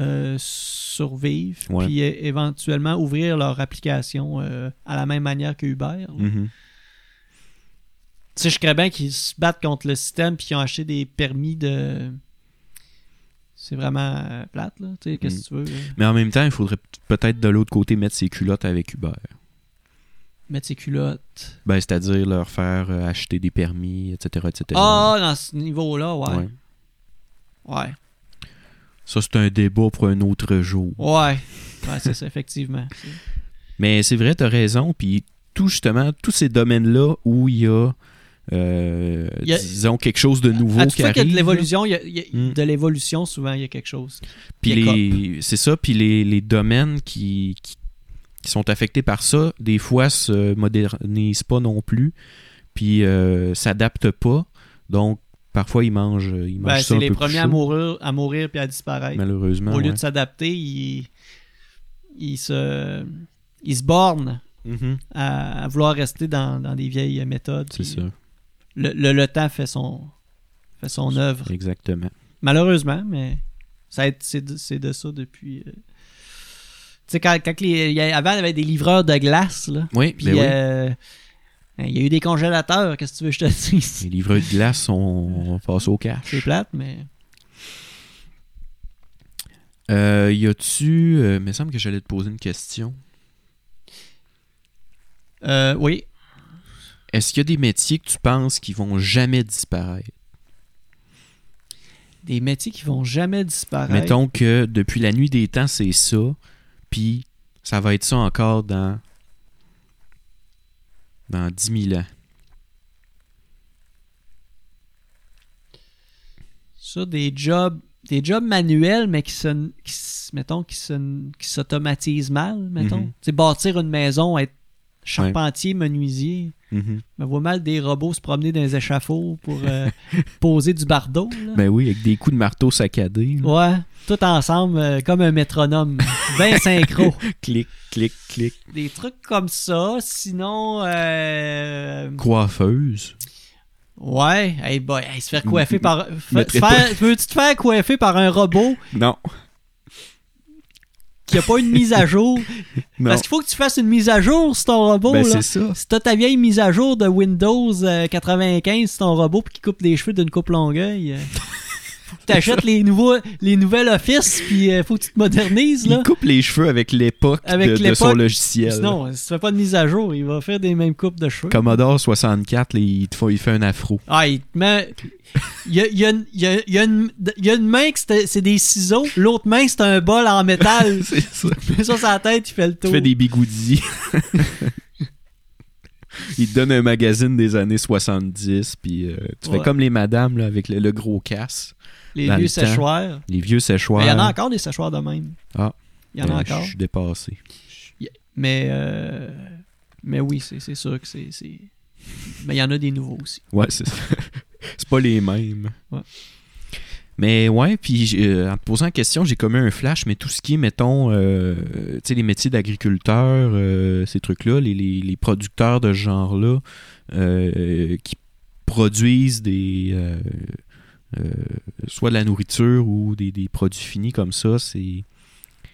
A: euh, survivre
B: Ouais.
A: puis é- éventuellement ouvrir leur application euh, à la même manière que Uber. là.
B: Mhm.
A: Tu sais, je crois bien qu'ils se battent contre le système puis qu'ils ont acheté des permis de. C'est vraiment euh, plate, là. Tu sais, qu'est-ce que tu veux? euh,
B: Mais en même temps, il faudrait p- peut-être de l'autre côté mettre ses culottes avec Uber.
A: Mettre ses culottes.
B: Ben, c'est-à-dire leur faire euh, acheter des permis, etc., etc.
A: Ah, dans ce niveau-là, ouais.
B: Ouais.
A: Ouais. Ouais.
B: Ça, c'est un débat pour un autre jour.
A: Ouais, c'est ça, effectivement.
B: Mais c'est vrai, t'as raison. Puis tout justement, tous ces domaines-là où il y a, euh,
A: Il y a- Ah,
B: disons, quelque chose de nouveau
A: À toute
B: qui
A: fois
B: arrive.
A: qu'il y a de l'évolution, il y a- il y a-
B: Mm.
A: de l'évolution, souvent, il y a quelque chose.
B: Puis
A: qui
B: les- c'est ça. Puis les, les domaines qui, qui, qui sont affectés par ça, des fois, se modernisent pas non plus. Puis euh, s'adaptent pas. Donc, parfois, ils mangent, ils mangent
A: Ben,
B: ça
A: c'est
B: un
A: les
B: peu plus
A: premiers à
B: chaud,
A: mourir, à mourir puis à disparaître.
B: malheureusement.
A: Au lieu
B: ouais.
A: de s'adapter, ils, ils se, ils se bornent
B: Mhm,
A: à, à vouloir rester dans, dans des vieilles méthodes.
B: C'est
A: puis- euh,
B: ça,
A: le, le, le temps fait son, fait son œuvre.
B: exactement.
A: Malheureusement, mais ça a été- c'est de, c'est de ça depuis. euh, Tu sais, quand, quand les, il y a- avant, il y avait des livreurs de glace, là.
B: Oui,
A: Puis
B: ben oui.
A: euh, il y a eu des congélateurs, qu'est-ce que tu veux que je te dise
B: Les livreurs de glace sont passés au cash.
A: C'est plate, mais.
B: Euh, y a-tu. euh, il me semble que j'allais te poser une question.
A: Euh, oui.
B: Est-ce qu'il y a des métiers que tu penses qui vont jamais disparaître?
A: Des métiers qui vont jamais disparaître.
B: Mettons que depuis la nuit des temps, c'est ça, puis ça va être ça encore dans, dans 10 000 ans.
A: Ça, des jobs, des jobs manuels, mais qui se, qui se- mettons, qui se- qui s'automatisent mal, mettons.
B: Mhm.
A: Tu sais, bâtir une maison, être charpentier, menuisier.
B: Mm-hmm.
A: Je me vois mal des robots se promener dans les échafauds pour euh, poser du bardeau. là.
B: Ben oui, avec des coups de marteau saccadés. là.
A: Ouais, tout ensemble, euh, comme un métronome, bien synchro.
B: Clic, clic, clic.
A: Des trucs comme ça, sinon... euh,
B: Coiffeuse.
A: Ouais, hey boy, hey, se faire coiffer par... fa-
B: mettrais
A: se faire- Veux-tu te faire coiffer par un robot
B: Non.
A: qui a pas une mise à jour?
B: Non.
A: Parce qu'il faut que tu fasses une mise à jour sur ton robot.
B: ben
A: là.
B: c'est ça.
A: Si t'as ta vieille mise à jour de Windows euh, 95 sur ton robot puis qui coupe les cheveux d'une coupe longueuil, euh, faut que t'achètes les nouveaux les nouvelles Office puis euh, faut que tu te modernises là.
B: Il coupe les cheveux avec l'époque
A: Avec
B: de, de
A: l'époque.
B: son logiciel.
A: Sinon, si tu fais pas de mise à jour, il va faire des mêmes coupes de cheveux.
B: Commodore 64, là, il, te fait, il fait un afro.
A: Ah, il te met- Il y a, il y a une- il y a- il y a une il y a une main que c'est c'est des ciseaux, l'autre main c'est un bol en métal.
B: c'est ça.
A: Il met ça sur la tête, il fait le
B: Il
A: tour.
B: fait des bigoudis. il te donne un magazine des années 70, puis euh, tu
A: Ouais.
B: fais comme les madames là, avec le, le gros casse,
A: Les
B: dans
A: vieux
B: le temps.
A: séchoirs.
B: les vieux
A: Mais
B: séchoirs.
A: Il y en a encore des séchoirs de même.
B: Ah.
A: Il y en a
B: Euh,
A: encore.
B: Je suis dépassé.
A: Mais, euh, mais oui, c'est c'est sûr que c'est. c'est- Mais il y en a des nouveaux aussi.
B: Ouais, c'est ça. C'est pas les mêmes.
A: Ouais.
B: Mais ouais, puis j'ai- euh, en te posant la question, j'ai commis un flash, mais tout ce qui est, mettons, euh, tu sais, les métiers d'agriculteurs, euh, ces trucs-là, les, les- les producteurs de ce genre-là, euh, qui produisent des. euh, euh, soit de la nourriture ou des, des produits finis comme ça, c'est.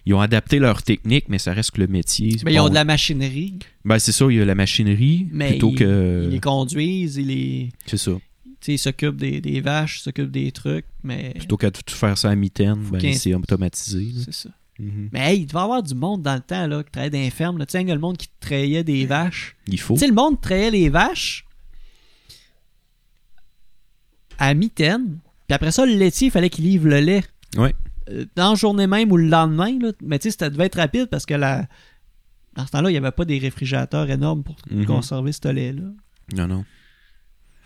B: Ils ont adapté leur technique, mais ça reste que le métier.
A: Mais Ben, ils ont
B: Bon,
A: de la machinerie.
B: ben, c'est ça, il y a la machinerie
A: Mais
B: plutôt
A: il- Ils
B: que.
A: les conduisent, ils les.
B: C'est ça.
A: tu sais, Ils s'occupent des, des vaches, ils s'occupent des trucs, mais.
B: Plutôt qu'à tout faire ça à mi-terme, ben,
A: qu'il y ait-
B: c'est automatisé. là. Mm-hmm.
A: C'est ça. Mais hey, il devait y avoir du monde dans le temps là, qui travaillait d'inferme. Tu sais, il y a le monde qui trayait des vaches.
B: Il faut.
A: Tu sais, le monde trayait les vaches à mitaine. Puis après ça, le laitier, il fallait qu'il livre le lait.
B: Ouais.
A: Euh, dans la journée même ou le lendemain. Là, mais tu sais, ça devait être rapide parce que la... dans ce temps-là, il n'y avait pas des réfrigérateurs énormes pour
B: Mhm.
A: conserver ce lait-là.
B: Non, non.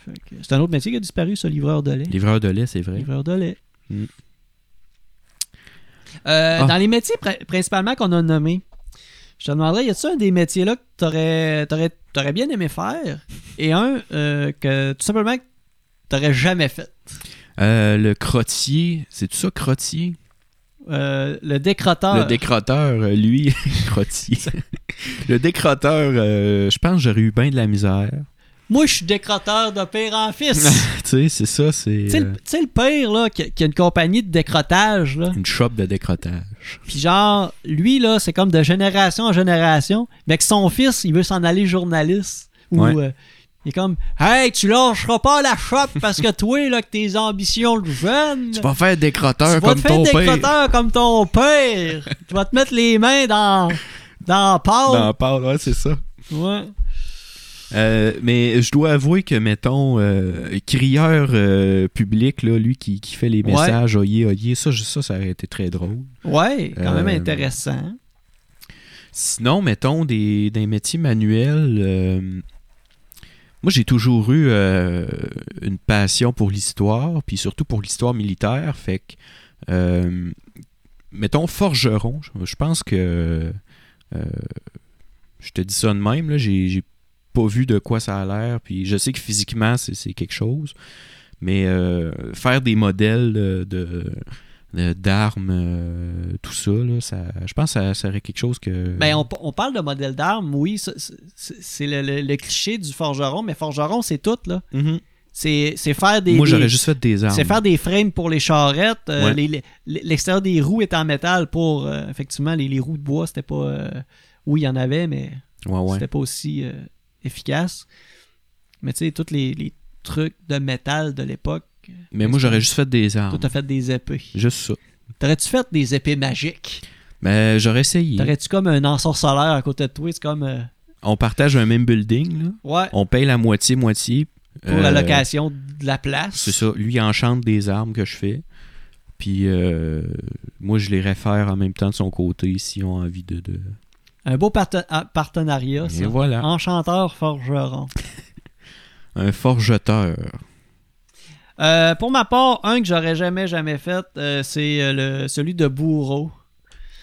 A: Fait que C'est un autre métier qui a disparu, ce livreur de lait.
B: Livreur de lait, c'est vrai.
A: Livreur de lait.
B: Mm.
A: Euh,
B: Ah.
A: Dans les métiers pri- principalement qu'on a nommés, je te demanderais, y a-t-il un des métiers-là que t'aurais aurais, bien aimé faire et un euh, que tout simplement que t'aurais jamais fait?
B: Euh, le crottier, c'est tout ça, crottier
A: Euh, le décrotteur.
B: Le décrotteur, euh, lui, crottier. le décrotteur, euh, je pense que j'aurais eu bien de la misère.
A: Moi, je suis décrotteur de père en
B: tu
A: fils.
B: sais, c'est ça, c'est
A: Tu sais,
B: euh,
A: le- tu sais, le père, là, qui a, qui a une compagnie de décrottage, là.
B: une chope de décrotage.
A: Puis genre, lui, là, c'est comme de génération en génération, mais que son fils, il veut s'en aller journaliste. Ou
B: Ouais.
A: euh, il est comme Hey, tu lâcheras pas la shop parce que toi, là, que tes ambitions de jeune.
B: Tu vas faire décrotteur
A: tu vas
B: comme
A: te faire
B: ton père.
A: décroteur comme ton père. tu vas te mettre les mains dans, dans la pâte.
B: T'en parles, ouais, c'est ça.
A: Ouais.
B: Euh, mais je dois avouer que, mettons, euh, crieur euh, public, là, lui qui, qui fait les
A: Ouais.
B: messages, oh, oyez, oyez, ça, je- ça, ça aurait été très drôle.
A: Ouais, quand même
B: Euh,
A: intéressant.
B: Sinon, mettons, des, des métiers manuels, euh, moi, j'ai toujours eu euh, une passion pour l'histoire, puis surtout pour l'histoire militaire, fait que, euh, mettons, forgeron, je- je pense que, euh, je te dis ça de même, là, j'ai j'ai pas vu de quoi ça a l'air, puis je sais que physiquement, c'est c'est quelque chose, mais euh, faire des modèles euh, de de- d'armes, euh, tout ça, là, ça, je pense que ça, ça aurait quelque chose que...
A: Ben, on, on parle de modèle d'armes, oui, ça, c'est c'est le, le- le cliché du forgeron, mais forgeron, c'est tout, là.
B: Mhm.
A: C'est c'est faire des.
B: Moi,
A: des-
B: j'aurais juste fait des armes.
A: C'est faire des frames pour les charrettes. euh,
B: Ouais.
A: les- les- L'extérieur des roues est en métal pour. euh, effectivement, les, les roues de bois, c'était pas. euh, oui, il y en avait, mais
B: Ouais, ouais.
A: c'était pas aussi euh, efficace. Mais tu sais, tous les, les trucs de métal de l'époque,
B: Mais moi, j'aurais juste fait des armes.
A: toi, t'as fait des épées.
B: Juste ça.
A: T'aurais-tu fait des épées magiques
B: Mais Ben, j'aurais essayé.
A: T'aurais-tu comme un ensorceleur à côté de toi C'est comme. euh,
B: on partage un même building, là.
A: Ouais.
B: on paye la moitié, moitié.
A: Pour la location de la place.
B: Euh, C'est ça. Lui, il enchante des armes que je fais. Puis euh, moi, je les réfère en même temps de son côté si on a envie de. de...
A: Un beau parten- ah, partenariat,
B: Et
A: ça. Ah.
B: voilà.
A: Enchanteur forgeron.
B: Un forgeteur.
A: Euh, pour ma part, un que j'aurais jamais, jamais fait, euh, c'est euh, le, celui de bourreau.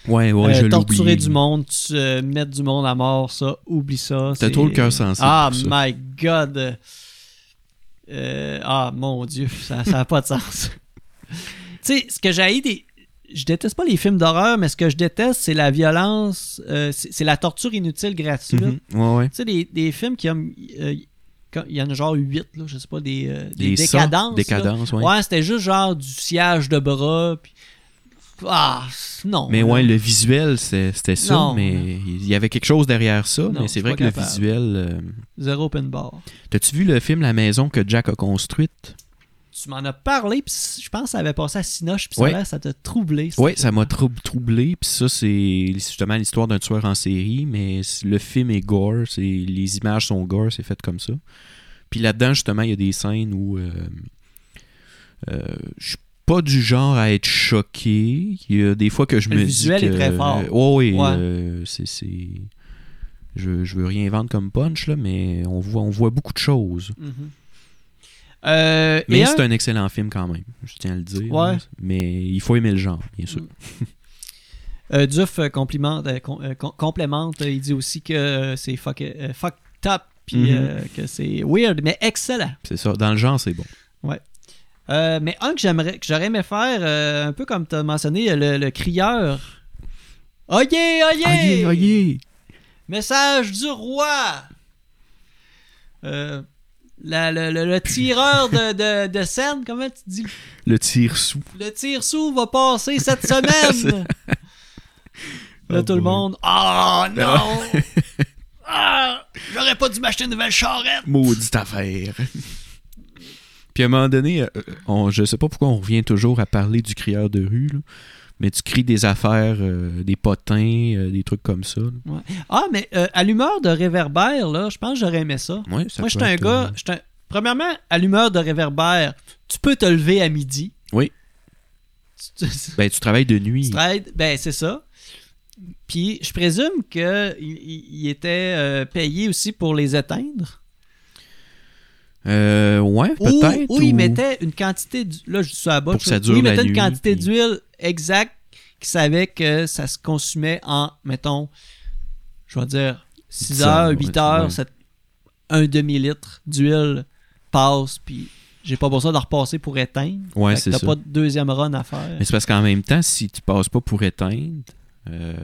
B: Ouais, ouais,
A: Euh,
B: je
A: torturer
B: l'oublie.
A: du monde, tu, euh, mettre du monde à mort, ça, oublie ça.
B: T'as
A: c'est-
B: trop le cœur sensible.
A: Ah,
B: pour ça.
A: my God! Euh, ah, mon Dieu, ça n'a pas de sens. tu sais, ce que j'ai des... Je déteste pas les films d'horreur, mais ce que je déteste, c'est la violence, euh, c'est c'est la torture inutile gratuite.
B: Mhm. Ouais, ouais.
A: Tu sais, des, des films qui ont... euh, quand- Il y en a genre 8, là, je sais pas, des, euh, des
B: Des ça,
A: décadences. là.
B: Décadence, ouais.
A: Ouais, c'était juste genre du sillage de bras, puis... Ah, non.
B: Mais
A: là.
B: ouais, le visuel, c'est- c'était ça,
A: Non.
B: mais il y avait quelque chose derrière ça.
A: Non,
B: mais
A: je suis
B: c'est vrai
A: pas
B: que le
A: capable.
B: visuel. euh,
A: Zéro open bar.
B: T'as-tu vu le film La maison que Jack a construite
A: Tu m'en as parlé, puis c- je pense que ça avait passé à Sinoche, puis ça,
B: Ouais.
A: là, ça t'a troublé.
B: Ouais, ça m'a trou- troublé. Puis ça, c'est justement l'histoire d'un tueur en série, mais c- le film est gore. c'est- Les images sont gore, c'est fait comme ça. Puis là-dedans, justement, il y a des scènes où euh, euh, je suis pas du genre à être choqué. Il y a des fois que je
A: Le
B: me
A: visuel
B: dis.
A: est
B: que-
A: très fort.
B: Oh, oui,
A: Ouais.
B: euh, c'est. c'est- Je, je veux rien vendre comme punch, là, mais on voit, on voit beaucoup de choses.
A: Mhm. Euh,
B: Mais
A: et
B: c'est
A: un,
B: un excellent film quand même, je tiens à le dire.
A: Ouais.
B: là. Mais il faut aimer le genre, bien sûr.
A: euh, Duf euh, complimente, euh, com- euh, com- complémente, euh, il dit aussi que euh, c'est fuck, euh, fucked up, puis
B: Mhm.
A: euh, que c'est weird, mais excellent.
B: C'est ça. Dans le genre, c'est bon.
A: Euh, mais un que j'aimerais, que j'aurais aimé faire, euh, un peu comme tu as mentionné, euh, le, le crieur. Oh yeah, oh yeah! Message du roi! Euh, la- le, le- le tireur de, de, de scène, comment tu dis
B: Le tir sous.
A: Le tir sous va passer cette semaine. Là,
B: Oh
A: tout le
B: boy.
A: monde. Ah non! ah, j'aurais pas dû m'acheter une nouvelle charrette.
B: Maudite affaire. Puis à un moment donné, euh, on, je sais pas pourquoi on revient toujours à parler du crieur de rue, là, mais tu cries des affaires, euh, des potins, euh, des trucs comme ça. là.
A: Ah, mais euh, à l'humeur de réverbère, là, je pense que j'aurais aimé ça.
B: Ouais, ça
A: Moi,
B: peut
A: j'étais un
B: être,
A: gars.
B: euh,
A: j'étais un- Premièrement, à l'humeur de réverbère, tu peux te lever à midi.
B: Oui.
A: Tu- tu-
B: Ben, tu travailles de nuit.
A: Tu travailles- ben c'est ça. Puis je présume que il- il il était euh, payé aussi pour les éteindre.
B: Euh, ouais,
A: Ou,
B: peut-être.
A: ou il mettait une quantité d'huile. Là, je dis ça à bas,
B: Pour que ça
A: je-
B: dure
A: ou il
B: la
A: mettait une
B: nuit,
A: quantité
B: puis-
A: d'huile exacte qui savait que ça se consumait en, mettons, je vais dire 6
B: Dix
A: heures,
B: heures,
A: 8
B: ouais,
A: heures,
B: ouais.
A: cette- un demi-litre d'huile passe, puis j'ai pas besoin de repasser pour éteindre.
B: Ouais,
A: Fait que
B: c'est
A: t'as
B: ça.
A: pas de deuxième run à faire.
B: Mais c'est parce qu'en même temps, si tu passes pas pour éteindre, euh,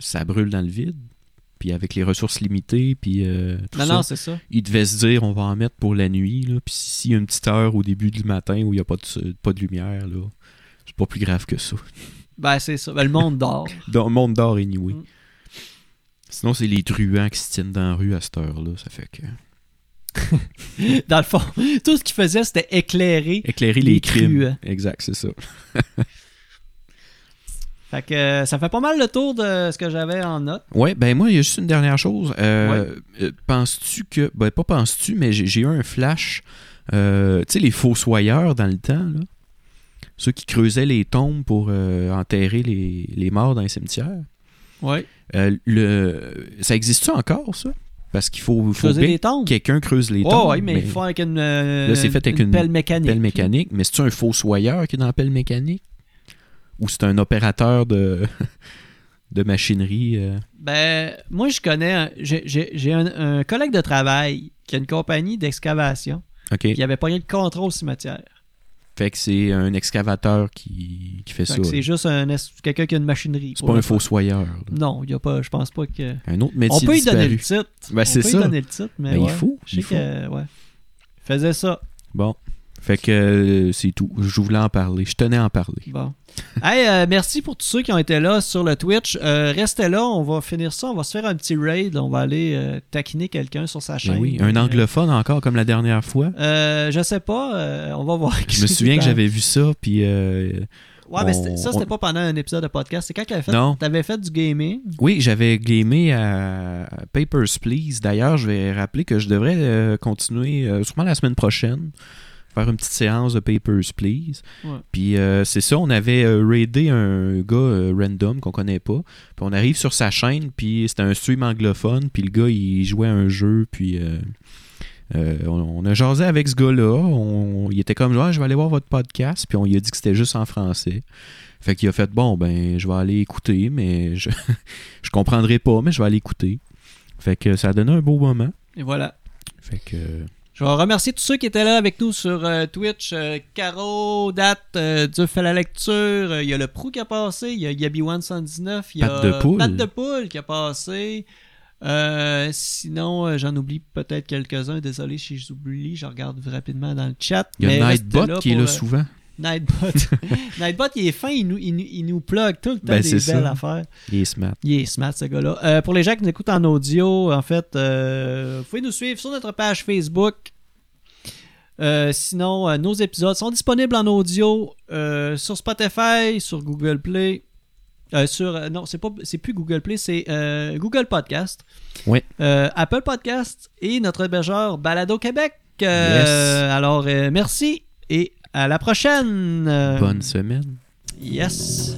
B: ça brûle dans le vide. Puis avec les ressources limitées, puis euh, tout
A: Non,
B: ça.
A: non, c'est ça.
B: il devait se dire on va en mettre pour la nuit. Là. Puis s'il y a une petite heure au début du matin où il n'y a pas de, pas de lumière, là, c'est pas plus grave que ça.
A: Ben, c'est ça. Ben, le monde dort.
B: Dans le monde d'or, anyway.
A: Mm.
B: Sinon, c'est les truands qui se tiennent dans la rue à cette heure-là. Ça fait que.
A: Dans le fond, tout ce qu'il faisait, c'était éclairer.
B: Éclairer
A: Les
B: les, crimes.
A: truands.
B: Exact, c'est ça.
A: Fait que euh, ça fait pas mal le tour de ce que j'avais en note.
B: Ouais, ben moi, il y a juste une dernière chose. Euh, euh, penses-tu que. Ben, pas penses-tu, mais j'ai, j'ai eu un flash. Euh, tu sais, les fossoyeurs dans le temps, là. Ceux qui creusaient les tombes pour euh, enterrer les, les morts dans les cimetières.
A: Oui.
B: Euh, le... Ça existe encore, ça? Parce qu'il faut, faut
A: Creuser
B: bien
A: des tombes.
B: que quelqu'un creuse les
A: Oh,
B: tombes.
A: oui, mais il faut avec une, euh,
B: Là, c'est fait avec une
A: pelle mécanique.
B: Pelle mécanique. Mais c'est-tu un fossoyeur qui est dans la pelle mécanique? Ou c'est un opérateur de, de machinerie? euh?
A: Ben, moi, je connais. un- J'ai, j'ai- j'ai un, un collègue de travail qui a une compagnie d'excavation.
B: OK.
A: Il avait pas eu le contrôle au cimetière.
B: Fait que c'est un excavateur qui, qui fait
A: Fait
B: ça.
A: que
B: là.
A: c'est juste un, es- quelqu'un qui a une machinerie.
B: C'est pas un fossoyeur. là.
A: Non, il y a pas, je pense pas que.
B: Un autre métier
A: On peut lui donner le
B: disparu.
A: titre.
B: Ben,
A: On
B: c'est
A: peut
B: ça.
A: lui donner le titre, mais.
B: Ben, il
A: ouais.
B: faut,
A: Je sais
B: il faut.
A: que. Ouais. Il faisait ça.
B: Bon. Fait que euh, c'est tout. Je voulais en parler. Je tenais à en parler.
A: Bon. Hey, euh, merci pour tous ceux qui ont été là sur le Twitch. Euh, restez là, on va finir ça. On va se faire un petit raid. On va aller euh, taquiner quelqu'un sur sa chaîne.
B: Ben oui, un anglophone encore comme la dernière fois.
A: Euh, je sais pas. euh, on va voir.
B: Je me souviens que j'avais vu ça, puis euh,
A: Ouais, mais
B: on-
A: c'était- ça,
B: on-
A: c'était pas pendant un épisode de podcast. C'est quand tu
B: Non.
A: avais fait du gaming.
B: Oui, j'avais glémé à Papers, Please. D'ailleurs, je vais rappeler que je devrais euh, continuer euh, sûrement la semaine prochaine, faire une petite séance de Papers, Please.
A: Ouais.
B: Puis euh, c'est ça, on avait euh, raidé un gars euh, random qu'on connaît pas. Puis on arrive sur sa chaîne, puis c'était un stream anglophone, puis le gars, il jouait à un jeu, puis... euh, euh, on, on a jasé avec ce gars-là. On- Il était comme, Ah, je vais aller voir votre podcast. Puis on lui a dit que c'était juste en français. Fait qu'il a fait, bon, ben, je vais aller écouter, mais je, je comprendrai pas, mais je vais aller écouter. Fait que ça a donné un beau moment.
A: Et voilà.
B: Fait que. euh,
A: Je vais remercier tous ceux qui étaient là avec nous sur euh, Twitch. Euh, Caro, Dat, euh, Dieu fait la lecture. Euh, Il y a le Prou qui a passé. Il y a Yabi119. Il y a
B: Patte de poule.
A: Patte de poule qui a passé. Euh, sinon, euh, j'en oublie peut-être quelques-uns. Désolé si j'oublie. Je regarde rapidement dans le chat.
B: Il y
A: Mais
B: a
A: restez
B: Nightbot qui est
A: pour,
B: là
A: euh,
B: souvent.
A: Nightbot. Nightbot, il est fin. Il nous, il, nous- il nous plug tout le temps
B: Ben,
A: des
B: c'est
A: belles
B: ça.
A: affaires.
B: Il est smart.
A: Il est smart, ce gars-là. Euh, pour les gens qui nous écoutent en audio, en fait, euh, vous pouvez nous suivre sur notre page Facebook. Euh, sinon, euh, nos épisodes sont disponibles en audio euh, sur Spotify, sur Google Play. euh, sur, euh, non, c'est, pas, c'est plus Google Play, c'est euh, Google Podcast.
B: Ouais.
A: Euh, Apple Podcast et notre hébergeur Balado Québec. Euh, Alors, euh, merci et à la prochaine. Euh,
B: Bonne semaine.
A: Yes.